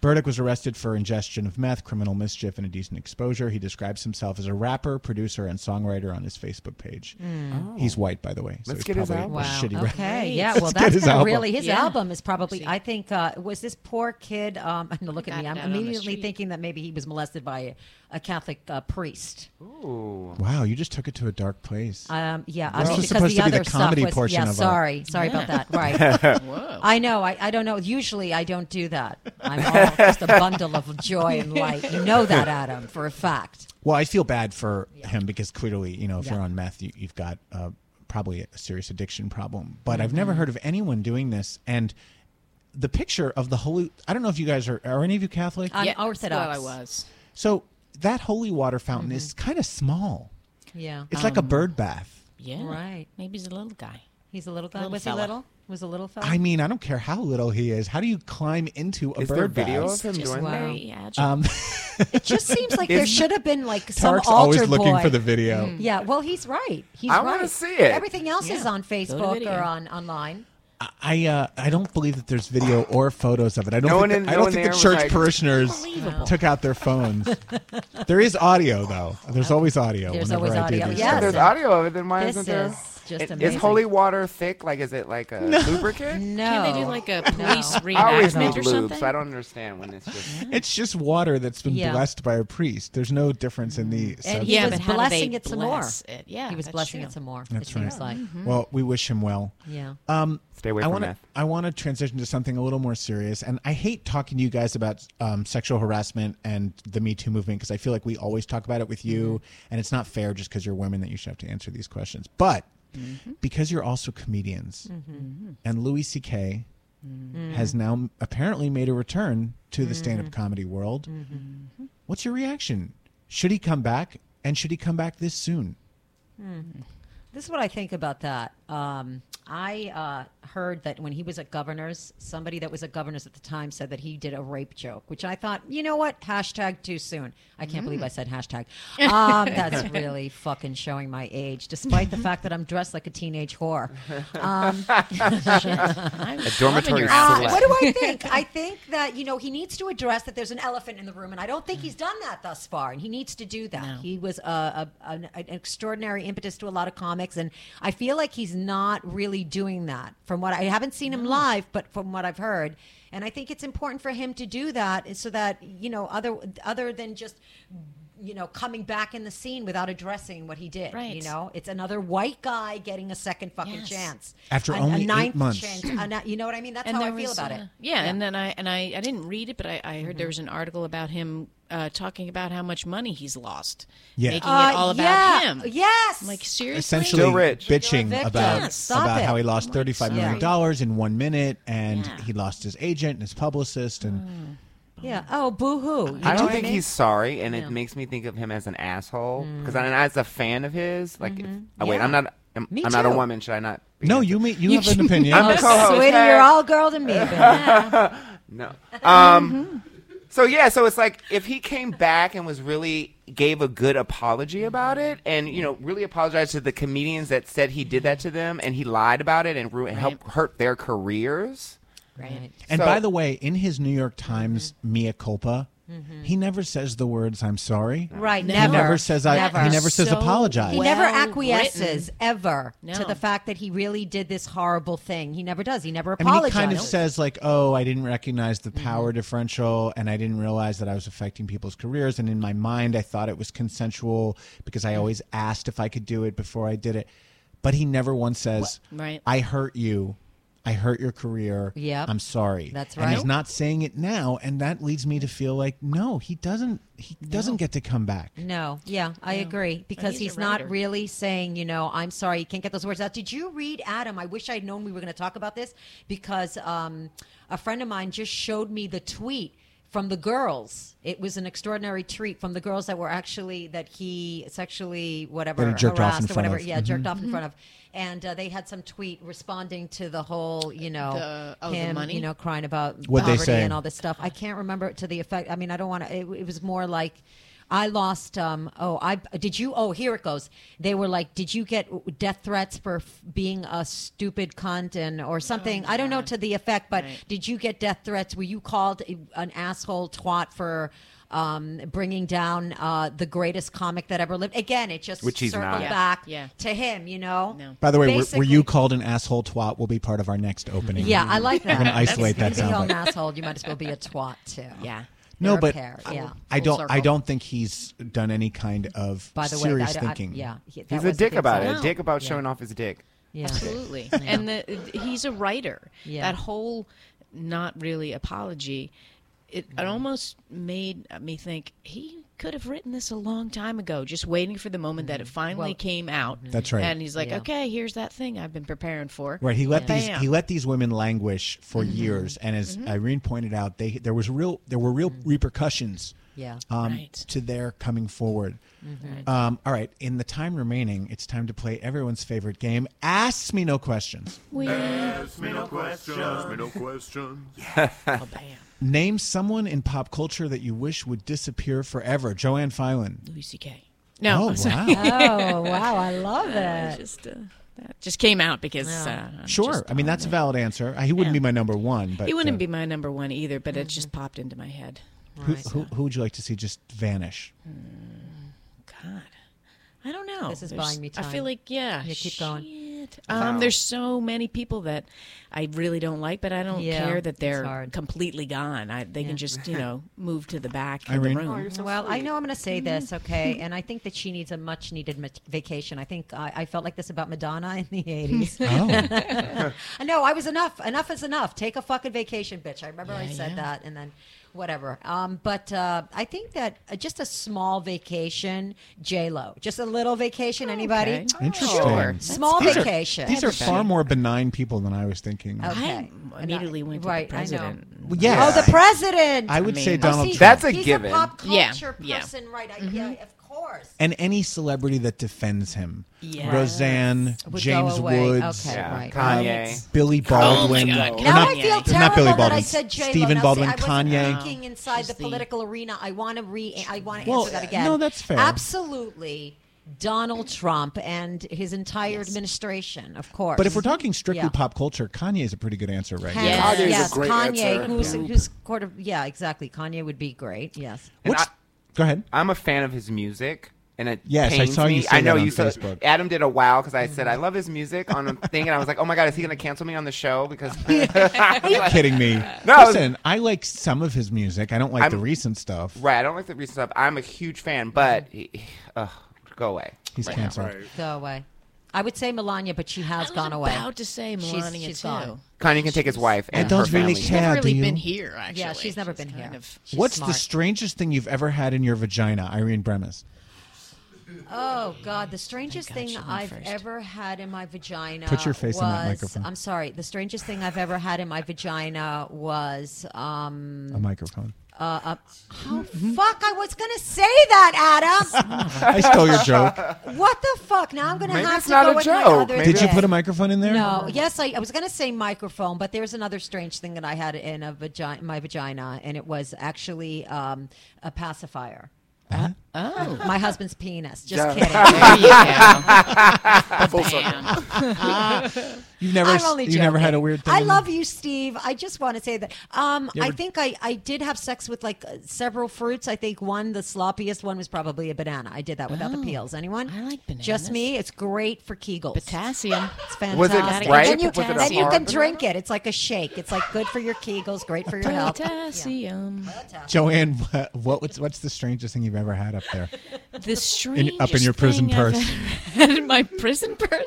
Speaker 11: Burdick was arrested for ingestion of meth, criminal mischief, and indecent exposure. He describes himself as a rapper, producer, and songwriter on his Facebook page.
Speaker 15: Mm. Oh.
Speaker 11: He's white, by the way. So
Speaker 15: Let's
Speaker 11: he's
Speaker 15: get his
Speaker 11: probably
Speaker 15: album.
Speaker 11: a
Speaker 15: Wow.
Speaker 11: shitty rapper.
Speaker 15: Okay, yeah.
Speaker 11: Let's
Speaker 15: Well,
Speaker 11: get
Speaker 15: that's
Speaker 11: his
Speaker 15: gonna
Speaker 11: album.
Speaker 15: really his
Speaker 16: Yeah.
Speaker 15: album is probably. I think uh, was this poor kid. Um, no, look at me. I'm
Speaker 16: out on the
Speaker 15: immediately thinking that maybe he was molested by a, a Catholic uh, priest.
Speaker 11: Wow, you just took it to a dark place.
Speaker 15: Um, yeah,
Speaker 11: This
Speaker 15: I mean,
Speaker 11: was
Speaker 15: because
Speaker 11: supposed
Speaker 15: the
Speaker 11: to be the
Speaker 15: other
Speaker 11: comedy
Speaker 15: stuff was.
Speaker 11: portion
Speaker 15: yeah,
Speaker 11: of our-
Speaker 15: sorry, sorry about that. Right. I know. I, I don't know. Usually, I don't do that. I'm all just a bundle of joy and light. You know that, Adam, for a fact.
Speaker 11: Well, I feel bad for him because clearly, you know, if
Speaker 15: Yeah.
Speaker 11: you're on meth, you, you've got uh, probably a serious addiction problem. But I've
Speaker 15: Mm-hmm.
Speaker 11: never heard of anyone doing this. And the picture of the holy, I don't know if you guys are, are any of you Catholic?
Speaker 15: I'm
Speaker 16: Yeah,
Speaker 15: Orthodox.
Speaker 16: Well, I was.
Speaker 11: So that holy water fountain
Speaker 15: mm-hmm.
Speaker 11: is kind of small.
Speaker 15: Yeah.
Speaker 11: It's like a
Speaker 16: Um,
Speaker 11: bird bath.
Speaker 16: Yeah.
Speaker 15: Right.
Speaker 16: Maybe he's a little guy.
Speaker 15: He's a little guy.
Speaker 16: Little
Speaker 15: was
Speaker 16: fella.
Speaker 15: he little? Was a little fella?
Speaker 11: I mean, I don't care how little he is. How do you climb into a
Speaker 12: Is there
Speaker 11: bird
Speaker 12: video
Speaker 11: bath?
Speaker 12: of him Just doing that?
Speaker 16: very agile.
Speaker 11: Um,
Speaker 15: it just seems like there
Speaker 11: Is-
Speaker 15: should have been like some
Speaker 11: Tarek's
Speaker 15: altar
Speaker 11: always
Speaker 15: boy. Mm-hmm.
Speaker 11: looking for the video. Mm.
Speaker 15: Yeah, well, he's right. He's
Speaker 12: I
Speaker 15: right.
Speaker 12: wanna see it.
Speaker 15: Everything else is
Speaker 16: Yeah.
Speaker 15: on
Speaker 16: Go to
Speaker 15: Facebook
Speaker 16: video.
Speaker 15: or on online.
Speaker 11: I uh, I don't believe that there's video or photos of it. I don't
Speaker 12: No
Speaker 11: think,
Speaker 12: one in-
Speaker 11: the, I
Speaker 12: no
Speaker 11: don't
Speaker 12: one
Speaker 11: think the
Speaker 12: there was
Speaker 11: church
Speaker 12: like-
Speaker 11: parishioners
Speaker 15: Unbelievable.
Speaker 11: took out their phones. there is audio though. There's always audio
Speaker 15: There's
Speaker 11: whenever
Speaker 15: always
Speaker 11: I do
Speaker 15: audio.
Speaker 11: these
Speaker 15: Yes.
Speaker 11: things.
Speaker 12: there's audio of it. Then why
Speaker 15: This
Speaker 12: isn't there?
Speaker 15: is just
Speaker 12: It-
Speaker 15: amazing.
Speaker 12: Is holy water thick? Like, is it like a
Speaker 15: No.
Speaker 12: lubricant?
Speaker 15: Oh. No.
Speaker 16: Can they do like a police
Speaker 12: I always need
Speaker 16: reenactment or
Speaker 12: lube,
Speaker 16: something?
Speaker 12: so I don't understand when it's just.
Speaker 11: It's just water that's been
Speaker 12: Yeah.
Speaker 11: blessed by a priest. There's no difference in the. substance.
Speaker 15: he was blessing it some more.
Speaker 16: bless it? Yeah,
Speaker 15: he was
Speaker 16: that's
Speaker 15: blessing
Speaker 16: true.
Speaker 15: it some more.
Speaker 11: That's
Speaker 15: it
Speaker 11: right.
Speaker 15: seems like.
Speaker 11: Well, we wish him well.
Speaker 15: Yeah.
Speaker 11: Um,
Speaker 12: Stay away
Speaker 11: I
Speaker 12: from
Speaker 11: wanna,
Speaker 12: meth.
Speaker 11: I want to transition to something a little more serious, and I hate talking to you guys about um, sexual harassment and the Me Too movement because I feel like we always talk about it with you,
Speaker 12: Mm-hmm.
Speaker 11: and it's not fair just because you're women that you should have to answer these questions. But
Speaker 12: Mm-hmm.
Speaker 17: Mhm.
Speaker 11: because you're also comedians,
Speaker 17: Mhm.
Speaker 11: and Louis C.K.
Speaker 12: Mm-hmm.
Speaker 11: has now apparently made a return to the stand-up comedy world.
Speaker 12: Mm-hmm.
Speaker 11: What's your reaction? Should he come back, and should he come back this soon?
Speaker 15: Hmm. This is what I think about that. Um, I uh, heard that when he was at Governor's, somebody that was at Governor's at the time said that he did a rape joke, which I thought, you know what? Hashtag too soon. I can't
Speaker 11: Mm.
Speaker 15: believe I said hashtag. Um, that's really fucking showing my age, despite the fact that I'm dressed like a teenage whore. Um,
Speaker 12: A dormitory
Speaker 15: Uh,
Speaker 12: select.
Speaker 15: what do I think? I think that you know he needs to address that there's an elephant in the room, and I don't think he's done that thus far. And he needs to do that. He was a, a, an, an extraordinary impetus to a lot of comics, and I feel like he's not really doing that. From what I haven't seen him live, but from what I've heard, and I think it's important for him to do that, so that you know other other than just you know coming back in the scene without addressing what he did.
Speaker 16: Right.
Speaker 15: You know, it's another white guy getting a second fucking
Speaker 16: Yes.
Speaker 15: chance
Speaker 11: After
Speaker 15: a,
Speaker 11: only
Speaker 15: a
Speaker 11: eight
Speaker 15: ninth
Speaker 11: months.
Speaker 15: Chance, a ni- Uh, you know what I mean? That's
Speaker 16: Mm. And
Speaker 15: how I
Speaker 16: there
Speaker 15: feel
Speaker 16: was,
Speaker 15: about
Speaker 16: uh,
Speaker 15: it. Mm-hmm.
Speaker 16: Yeah, and then I and I, I didn't read it, but I, I heard there was an article about him uh, talking about how much money he's lost,
Speaker 11: Yeah.
Speaker 16: making
Speaker 15: Uh,
Speaker 16: it all about
Speaker 15: yeah.
Speaker 16: him.
Speaker 15: Yes,
Speaker 16: I'm like seriously,
Speaker 11: essentially bitching
Speaker 15: victim.
Speaker 11: about
Speaker 15: Yes, stop
Speaker 11: about
Speaker 15: it. Oh
Speaker 11: how he lost thirty five million dollars in one minute, and he lost his agent and his publicist, and
Speaker 15: Mm. Yeah. Oh, boo hoo.
Speaker 12: I don't think he's sorry, and it makes me think of him as an asshole. Because I'm as a fan of his, like, if- oh,
Speaker 15: Mm. Mm-hmm.
Speaker 12: wait,
Speaker 15: Yeah.
Speaker 12: I'm not. I'm,
Speaker 15: Me
Speaker 12: I'm not a
Speaker 15: too.
Speaker 12: woman. Should I not?
Speaker 11: no, you mean you have an opinion.
Speaker 12: I'm the co-host.
Speaker 15: Sweetie,
Speaker 12: Hey.
Speaker 15: you're all girl to me. babe.
Speaker 12: no. Um, so yeah, so it's like if he came back and was really gave a good apology about it, and you know really apologized to the comedians that said he did that to them, and he lied about it and ru- helped hurt their careers.
Speaker 15: Right.
Speaker 11: And by the way, in his New York Times
Speaker 15: Mm-hmm.
Speaker 11: mea culpa, he never says the words "I'm sorry."
Speaker 15: Right,
Speaker 11: He
Speaker 15: never.
Speaker 11: never says I.
Speaker 15: Never.
Speaker 11: He never says
Speaker 15: So
Speaker 11: apologize.
Speaker 15: He never
Speaker 16: well
Speaker 15: acquiesces
Speaker 16: written.
Speaker 15: ever
Speaker 16: No.
Speaker 15: to the fact that he really did this horrible thing. He never does. He never
Speaker 11: I mean, he
Speaker 15: apologizes.
Speaker 11: kind of says like, "Oh, I didn't recognize the power
Speaker 15: Mm-hmm.
Speaker 11: differential, and I didn't realize that I was affecting people's careers. And in my mind, I thought it was consensual because
Speaker 15: Mm-hmm.
Speaker 11: I always asked if I could do it before I did it." But he never once says,
Speaker 15: Wha- right.
Speaker 11: I hurt you. I hurt your career.
Speaker 15: Yep.
Speaker 11: I'm sorry.
Speaker 15: That's
Speaker 11: And
Speaker 15: right.
Speaker 11: he's not saying it now, and that leads me to feel like no, he doesn't. He doesn't get to come back.
Speaker 15: No, yeah, I
Speaker 16: No.
Speaker 15: agree because
Speaker 16: he's a
Speaker 15: he's, not
Speaker 16: writer.
Speaker 15: really saying, you know, I'm sorry, you can't get those words out. Did you read Adam? I wish I'd known we were going to talk about this because um, a friend of mine just showed me the tweet from the girls. It was an extraordinary tweet from the girls that were actually that he sexually whatever
Speaker 11: That he jerked off in
Speaker 15: harassed or
Speaker 11: front
Speaker 15: whatever.
Speaker 11: of.
Speaker 15: Yeah,
Speaker 16: Mm-hmm.
Speaker 15: jerked
Speaker 11: Mhm.
Speaker 15: off in front of. And uh, they had some tweet responding to the whole, you know,
Speaker 16: The- oh, the
Speaker 15: him,
Speaker 16: money?
Speaker 15: you know, crying about
Speaker 11: What'd they
Speaker 15: poverty
Speaker 11: say?
Speaker 15: and all this stuff. I can't remember it to the effect. I mean, I don't want to. It, it was more like I lost. Um, oh, I did you? Oh, here it goes. They were like, did you get death threats for f- being a stupid cunt and or something? I don't know to the effect, but
Speaker 16: Oh, Right.
Speaker 15: did you get death threats? Were you called a- an asshole twat for? Um, bringing down uh, the greatest comic that ever lived. Again, it just
Speaker 12: Which he's
Speaker 15: circled
Speaker 12: not. Yeah.
Speaker 15: back
Speaker 16: Yeah.
Speaker 15: to him, you know.
Speaker 11: By the way, were, were
Speaker 15: Basically-
Speaker 11: you called an asshole twat? Will be part of our next opening.
Speaker 15: Yeah, I like that.
Speaker 11: We're gonna isololate that
Speaker 15: If you
Speaker 11: sound.
Speaker 15: an asshole, you might as well be a twat too. Yeah.
Speaker 11: no, but
Speaker 15: yeah.
Speaker 11: I, I don't. I don't think he's done any kind of
Speaker 15: By the way,
Speaker 11: serious
Speaker 15: I- I-
Speaker 11: thinking.
Speaker 15: yeah, he- that
Speaker 12: He's a
Speaker 15: was
Speaker 12: dick
Speaker 15: the
Speaker 12: about it.
Speaker 15: example.
Speaker 12: A dick about
Speaker 15: Yeah.
Speaker 12: showing off his dick.
Speaker 15: Yeah.
Speaker 16: Absolutely.
Speaker 15: Yeah.
Speaker 16: And the, he's a writer.
Speaker 15: Yeah.
Speaker 16: That whole not really apology, it,
Speaker 11: Mm-hmm.
Speaker 16: it almost made me think he could have written this a long time ago, just waiting for the moment that it finally came out.
Speaker 11: That's right.
Speaker 16: Mm-hmm. And he's like,
Speaker 11: Yeah.
Speaker 16: okay, here's that thing I've been preparing for.
Speaker 11: Right, he let these
Speaker 16: Bam. Mm-hmm.
Speaker 11: he let these women languish for
Speaker 15: Mm-hmm.
Speaker 11: years, and as Irene pointed out, they there was real there were real repercussions.
Speaker 15: Mm-hmm. Yeah.
Speaker 11: um, to their coming forward.
Speaker 15: Mhm.
Speaker 11: Um, all right, in the time remaining, it's time to play everyone's favorite game: Ask Me No Questions.
Speaker 16: We
Speaker 17: Ask
Speaker 5: me no questions. Ask me no questions.
Speaker 11: Name someone in pop culture that you wish would disappear forever. Joanne Filan.
Speaker 16: Louis C.K. No.
Speaker 11: Oh
Speaker 16: I'm sorry.
Speaker 11: wow.
Speaker 15: Oh, wow, I love
Speaker 16: Uh,
Speaker 15: it.
Speaker 16: Just, uh, that just came out because uh, I'm
Speaker 11: sure.
Speaker 16: just
Speaker 11: I mean,
Speaker 16: on
Speaker 11: that's a
Speaker 16: it.
Speaker 11: valid answer. Uh, He wouldn't
Speaker 16: Yeah.
Speaker 11: be my number one, but
Speaker 16: he
Speaker 11: uh, Mm-hmm.
Speaker 16: wouldn't be my number one either, but it just popped into my head.
Speaker 11: Who, who, who would you like to see just vanish?
Speaker 16: God, I don't know.
Speaker 15: This is
Speaker 16: There's-
Speaker 15: buying me
Speaker 16: I feel
Speaker 15: time.
Speaker 16: like yeah,
Speaker 15: Yeah, keep going.
Speaker 16: she- it. Um,
Speaker 15: Wow.
Speaker 16: There's so many people that I really don't like, but I don't
Speaker 15: Yeah,
Speaker 16: care that
Speaker 15: it's
Speaker 16: they're
Speaker 15: hard.
Speaker 16: completely gone. I, they can just you know move to the back
Speaker 11: Irene?
Speaker 16: of the room.
Speaker 15: well, I know I'm going to say this, okay? And I think that she needs a much needed mat- vacation. I think I, I felt like this about Madonna in the 80s.
Speaker 17: Oh.
Speaker 15: I know, I was enough. Enough is enough. Take a fucking vacation, bitch. I remember I
Speaker 17: Yeah,
Speaker 15: said
Speaker 17: yeah.
Speaker 15: that and then whatever. Um, but uh, I think that uh, just a small vacation, J-Lo. Just a little vacation, anybody?
Speaker 11: Interesting.
Speaker 15: Small
Speaker 11: These are-
Speaker 15: vacation.
Speaker 11: these are far more benign people than I was thinking.
Speaker 15: Okay.
Speaker 16: immediately went to the
Speaker 15: right,
Speaker 16: president.
Speaker 15: I know.
Speaker 11: Well, yes.
Speaker 15: Oh, the president.
Speaker 11: I would I say mean- Donald
Speaker 15: see,
Speaker 11: Trump. That's a
Speaker 15: he's
Speaker 11: given.
Speaker 15: pop
Speaker 16: Yeah,
Speaker 15: culture
Speaker 16: yeah.
Speaker 15: person, right? I, yeah, of course.
Speaker 11: And any celebrity that defends him.
Speaker 15: Yes.
Speaker 11: Roseanne,
Speaker 15: Would go
Speaker 11: James
Speaker 15: away.
Speaker 11: Woods,
Speaker 15: Okay, Yeah. right.
Speaker 11: um,
Speaker 15: Kanye.
Speaker 11: Billy Baldwin.
Speaker 15: Oh my God,
Speaker 11: Or
Speaker 15: Now
Speaker 11: not,
Speaker 15: I feel terrible
Speaker 11: not Billy Baldwin.
Speaker 15: that I said J-Lo.
Speaker 11: Stephen
Speaker 15: Now, see,
Speaker 11: Baldwin,
Speaker 15: I wasn't
Speaker 11: Kanye.
Speaker 15: thinking inside the political arena. I want to re. I want to
Speaker 11: Well, uh,
Speaker 15: answer that again.
Speaker 11: no, that's fair.
Speaker 15: Absolutely, Donald Trump and his entire administration, of course.
Speaker 11: But if we're talking strictly
Speaker 15: Yeah.
Speaker 11: pop culture, Kanye is a pretty good answer right
Speaker 15: Yes,
Speaker 11: now.
Speaker 15: yes, Kanye, who's, who's court of yeah, exactly. Kanye would be great. Yes.
Speaker 11: Go ahead.
Speaker 12: I'm a fan of his music. And it
Speaker 11: Yes, I
Speaker 12: pains
Speaker 11: saw you
Speaker 12: me.
Speaker 11: say
Speaker 12: I know
Speaker 11: that on
Speaker 12: you said
Speaker 11: Facebook. Mm-hmm.
Speaker 12: Adam did a wow because I said I love his music on a thing, and I was like, oh my god, is he going to cancel me on the show? Because
Speaker 11: Are you kidding me?
Speaker 12: No,
Speaker 11: Listen, I like some of his music. I don't like the
Speaker 12: I'm-
Speaker 11: recent stuff.
Speaker 12: Right. I don't like the recent stuff. I'm a huge fan, but uh, go away.
Speaker 11: He's
Speaker 12: now.
Speaker 11: canceled.
Speaker 15: Go away. I would say Melania, but she has gone away.
Speaker 16: about to say Melania,
Speaker 15: she's, she's
Speaker 16: too.
Speaker 15: Gone.
Speaker 12: Kanye can take his wife
Speaker 11: I
Speaker 12: and her
Speaker 11: don't really
Speaker 12: family.
Speaker 11: care,
Speaker 16: Never really
Speaker 11: do you?
Speaker 16: been here. Actually,
Speaker 15: Yeah, she's never been here. She's
Speaker 11: What's
Speaker 15: smart.
Speaker 11: the strangest thing you've ever had in your vagina, Irene Bremis?
Speaker 15: Oh God, the strangest thing
Speaker 16: went
Speaker 15: I've
Speaker 16: first.
Speaker 15: ever had in my vagina.
Speaker 11: Put your face
Speaker 15: was,
Speaker 11: in that microphone.
Speaker 15: I'm sorry. The strangest thing I've ever had in my vagina was um.
Speaker 11: A microphone.
Speaker 15: Uh, uh, oh fuck! I was gonna say that, Adam.
Speaker 11: I stole your joke.
Speaker 15: What the fuck? Now I'm gonna
Speaker 11: Maybe
Speaker 15: have
Speaker 11: it's
Speaker 15: to
Speaker 11: not
Speaker 15: go
Speaker 11: a
Speaker 15: with my
Speaker 11: joke.
Speaker 15: other.
Speaker 11: Maybe Did you
Speaker 15: thing.
Speaker 11: put a microphone in there?
Speaker 15: No. Yes, I, I was gonna say microphone, but there's another strange thing that I had in a vagina, my vagina, and it was actually um, a pacifier.
Speaker 16: Oh.
Speaker 15: My husband's penis. Just
Speaker 11: Yeah.
Speaker 15: kidding.
Speaker 11: There you go. Full circle.
Speaker 15: Uh,
Speaker 11: You've never
Speaker 15: I'm
Speaker 11: s-
Speaker 15: only
Speaker 11: you've never had
Speaker 15: joking.
Speaker 11: a weird
Speaker 15: I
Speaker 11: thing?
Speaker 15: love you, Steve. I just want to say that. Um,
Speaker 11: You
Speaker 15: I
Speaker 11: ever-
Speaker 15: think I, I did have sex with like uh, several fruits. I think one, the sloppiest one, was probably a banana. I did that without
Speaker 11: Oh,
Speaker 15: the peels. Anyone? I like bananas. Just me. It's great for Kegels. Potassium. It's fantastic.
Speaker 12: Was it ripe?
Speaker 15: Then you,
Speaker 12: Was it a
Speaker 15: then you
Speaker 12: hard
Speaker 15: can
Speaker 12: banana?
Speaker 15: drink it. It's like a shake. It's like good for your Kegels. Great for your health.
Speaker 16: Potassium.
Speaker 11: Joanne, what, what what's what's the strangest thing you've ever had up there?
Speaker 16: The
Speaker 11: In-
Speaker 16: strangest
Speaker 11: up in your prison
Speaker 16: thing I've
Speaker 11: purse.
Speaker 16: ever had in my prison purse.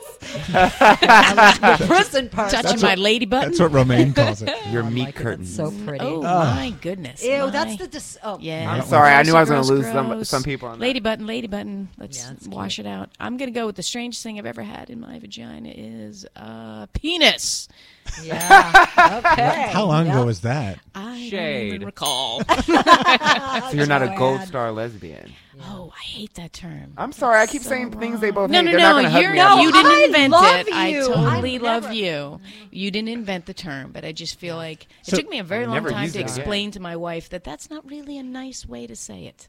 Speaker 16: The
Speaker 15: prison purse.
Speaker 16: Touching
Speaker 15: That's
Speaker 16: my
Speaker 15: what-
Speaker 16: lady button.
Speaker 11: That's what Romaine calls it.
Speaker 12: Your meat curtains.
Speaker 15: so pretty.
Speaker 16: Oh
Speaker 12: Ugh.
Speaker 16: my goodness.
Speaker 15: Ew,
Speaker 16: my-
Speaker 15: that's the dis- oh.
Speaker 16: yeah.
Speaker 12: I'm sorry, I knew I was
Speaker 16: Gross,
Speaker 12: gonna lose some-
Speaker 16: gross.
Speaker 12: some people on that.
Speaker 16: lady button, lady button. Let's wash it out. I'm gonna go with the strangest thing I've ever had in my vagina is uh, penis.
Speaker 15: Yeah. Okay.
Speaker 11: How long ago was that?
Speaker 16: I don't
Speaker 12: Shade.
Speaker 16: even recall.
Speaker 12: So you're not a gold star lesbian.
Speaker 16: Oh, I hate that term.
Speaker 12: I'm sorry, I keep
Speaker 16: So
Speaker 12: saying things they
Speaker 16: wrong.
Speaker 12: both
Speaker 16: no,
Speaker 12: hate.
Speaker 16: No,
Speaker 12: They're
Speaker 16: no,
Speaker 12: not gonna hug
Speaker 16: you're,
Speaker 12: me
Speaker 16: no.
Speaker 12: on that.
Speaker 16: You didn't
Speaker 12: I
Speaker 16: invent
Speaker 12: love
Speaker 16: it. I
Speaker 12: you.
Speaker 16: totally
Speaker 12: I've
Speaker 16: love you. You didn't invent the term, but I just feel like it
Speaker 11: So-
Speaker 16: took me a very
Speaker 11: I've
Speaker 16: long
Speaker 11: never
Speaker 16: time
Speaker 11: used
Speaker 16: to
Speaker 11: it again.
Speaker 16: explain to my wife that that's not really a nice way to say it.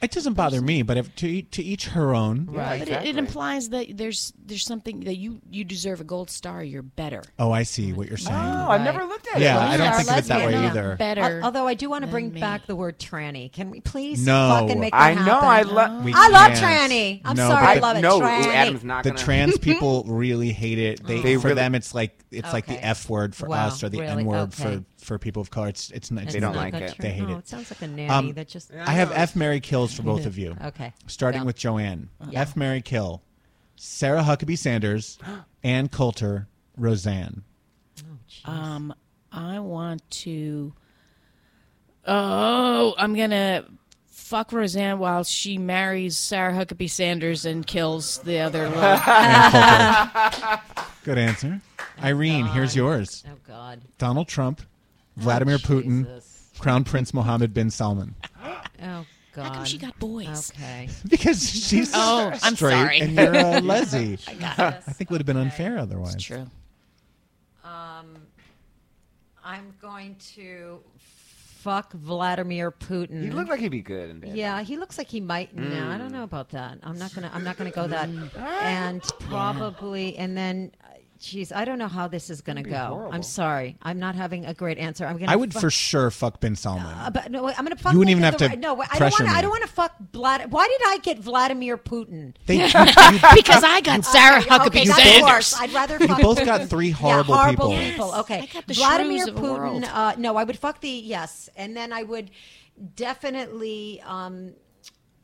Speaker 11: It doesn't bother me, but if, to each- to each her own.
Speaker 16: but it, it implies that there's there's something that you you deserve a gold star. You're better.
Speaker 11: Oh, I see what you're saying.
Speaker 12: Oh, I've never looked at it.
Speaker 11: Yeah, I
Speaker 12: Lesbian
Speaker 11: don't
Speaker 12: are
Speaker 11: think of it that way
Speaker 12: lesbian, not
Speaker 11: either.
Speaker 16: Better
Speaker 15: Al- although I do want to
Speaker 16: than
Speaker 15: bring
Speaker 16: me.
Speaker 15: back the word tranny. Can we please
Speaker 11: No.
Speaker 15: fucking make that
Speaker 12: I know, I
Speaker 15: happen?
Speaker 12: lo- We
Speaker 15: I love
Speaker 11: can't.
Speaker 15: tranny. I'm
Speaker 11: No,
Speaker 15: sorry.
Speaker 11: but
Speaker 15: I
Speaker 11: the-
Speaker 15: love it.
Speaker 12: No,
Speaker 15: tranny.
Speaker 12: Adam's not
Speaker 11: the
Speaker 12: gonna-
Speaker 11: trans people really hate it. They,
Speaker 12: They
Speaker 11: for
Speaker 12: really-
Speaker 11: them it's like it's like the
Speaker 15: Oh. Okay.
Speaker 11: F word for
Speaker 15: Wow,
Speaker 11: us or the
Speaker 15: really?
Speaker 11: N word
Speaker 15: Okay.
Speaker 11: for for people of color. It's it's, not- it's
Speaker 15: They don't
Speaker 11: not-
Speaker 15: like it.
Speaker 11: They hate
Speaker 15: No, oh,
Speaker 11: it. Um,
Speaker 15: it sounds like a nanny that just- Yeah, I
Speaker 11: I have
Speaker 15: know.
Speaker 11: F Mary kills for both of you.
Speaker 15: Okay.
Speaker 11: Starting
Speaker 15: Yeah.
Speaker 11: with Joanne.
Speaker 15: Yeah.
Speaker 11: F Mary kill. Sarah Huckabee Sanders, Ann Coulter, Roseanne.
Speaker 16: Um, I want to. Oh, I'm gonna fuck Roseanne while she marries Sarah Huckabee Sanders and kills the other
Speaker 11: Ann
Speaker 16: one.
Speaker 11: Coulter. Good answer. Irene, here's yours.
Speaker 15: Oh, God.
Speaker 11: Donald Trump, Vladimir Putin, Crown Prince Mohammed bin Salman.
Speaker 15: Oh God.
Speaker 16: How come she got boys?
Speaker 15: Okay.
Speaker 11: Because she's
Speaker 16: oh, I'm
Speaker 11: straight
Speaker 16: sorry.
Speaker 11: and you're a lessy.
Speaker 16: I got
Speaker 11: I
Speaker 16: it.
Speaker 11: think would have been unfair otherwise.
Speaker 16: It's true.
Speaker 15: Um, I'm going to fuck Vladimir Putin.
Speaker 12: He looked like he'd be good in bed.
Speaker 15: Yeah, he looks like he might. No,
Speaker 11: Hmm. Ah!
Speaker 15: I don't know about that. I'm not gonna. I'm not gonna go that. and probably, and then uh, Jeez, I don't know how this is going to
Speaker 11: That'd be
Speaker 15: go. I'm
Speaker 11: horrible.
Speaker 15: sorry. I'm not having a great answer. I'm going
Speaker 11: I would for sure fuck Ben Solomon.
Speaker 15: Uh, but no, I'm going to fuck.
Speaker 11: You wouldn't even
Speaker 15: Lincoln
Speaker 11: have to
Speaker 15: the- No, wait, I don't
Speaker 11: pressure
Speaker 15: want. I
Speaker 11: me.
Speaker 15: don't want to fuck. Vlad, why did I get Vladimir Putin?
Speaker 11: They- you- you-
Speaker 16: Because I got Sarah Huckabee
Speaker 15: that's
Speaker 16: Sanders.
Speaker 15: worse. I'd rather.
Speaker 11: You
Speaker 15: fuck
Speaker 11: both
Speaker 15: Putin.
Speaker 11: got three
Speaker 15: Yeah,
Speaker 11: horrible
Speaker 15: horrible
Speaker 11: people.
Speaker 15: Okay,
Speaker 16: the
Speaker 15: Vladimir
Speaker 16: shrews of the world.
Speaker 15: Putin. Uh, no, I would fuck the yes, and then I would definitely. Um,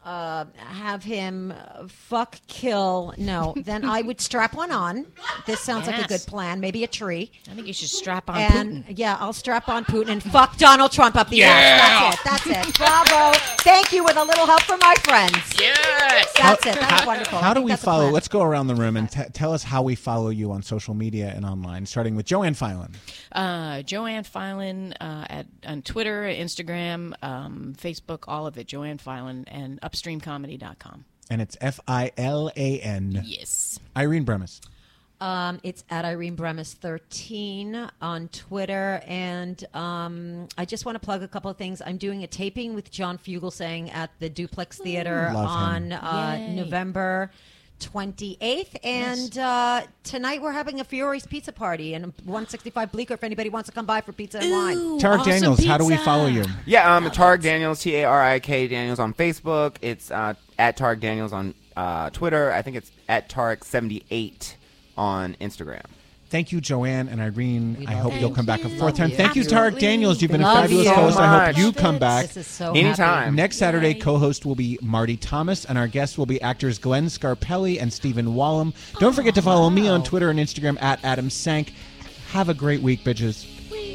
Speaker 15: uh, have him uh, fuck kill no then i would strap one on this sounds like a
Speaker 16: Yes.
Speaker 15: good plan maybe a tree
Speaker 16: I think you should strap on
Speaker 15: and yeah, I'll strap on Putin and fuck Donald Trump up the ass. That's it. That's it. Bravo. Thank you with a little help from my friends. Yes. That's it. That's
Speaker 11: how,
Speaker 15: wonderful.
Speaker 11: How do we follow? Let's go around the room and t- tell us how we follow you on social media and online, starting with Joanne Filan.
Speaker 16: Uh, Joanne Filan uh, at on Twitter, Instagram, um, Facebook, all of it. Joanne Filan and UpstreamComedy.com.
Speaker 11: And it's F I L A N.
Speaker 16: Yes.
Speaker 11: Irene Bremis.
Speaker 15: Um, it's at Irene Bremis 13 on Twitter. And um, I just want to plug a couple of things. I'm doing a taping with John Fugelsang at the Duplex Theater
Speaker 17: Love
Speaker 15: on
Speaker 17: him.
Speaker 15: uh,
Speaker 17: Yay.
Speaker 15: November 28th. And uh, tonight we're having a Fiore's Pizza Party in 165 Bleecker if anybody wants to come by for pizza and wine.
Speaker 11: Tarek Daniels, how do we follow you?
Speaker 12: Yeah, um, Targ Daniels, T A R I K Daniels on Facebook. It's uh, at Targ Daniels on uh, Twitter. I think it's at Targ78 on Instagram.
Speaker 11: Thank you, Joanne and Irene. I hope
Speaker 12: you.
Speaker 11: you'll come back a fourth
Speaker 12: Love
Speaker 11: time.
Speaker 12: you.
Speaker 11: Thank you, Tarek
Speaker 12: Absolutely.
Speaker 11: Daniels. You've been a
Speaker 12: Love
Speaker 11: fabulous
Speaker 12: you so
Speaker 11: host. I hope
Speaker 12: much.
Speaker 11: you come back
Speaker 15: This is so
Speaker 12: Anytime. happy.
Speaker 11: Next Saturday, co-host will be Marty Thomas, and our guests will be actors Glenn Scarpelli and Stephen Wallum. Don't forget to follow me on Twitter and Instagram at Adam Sank. Have a great week, bitches.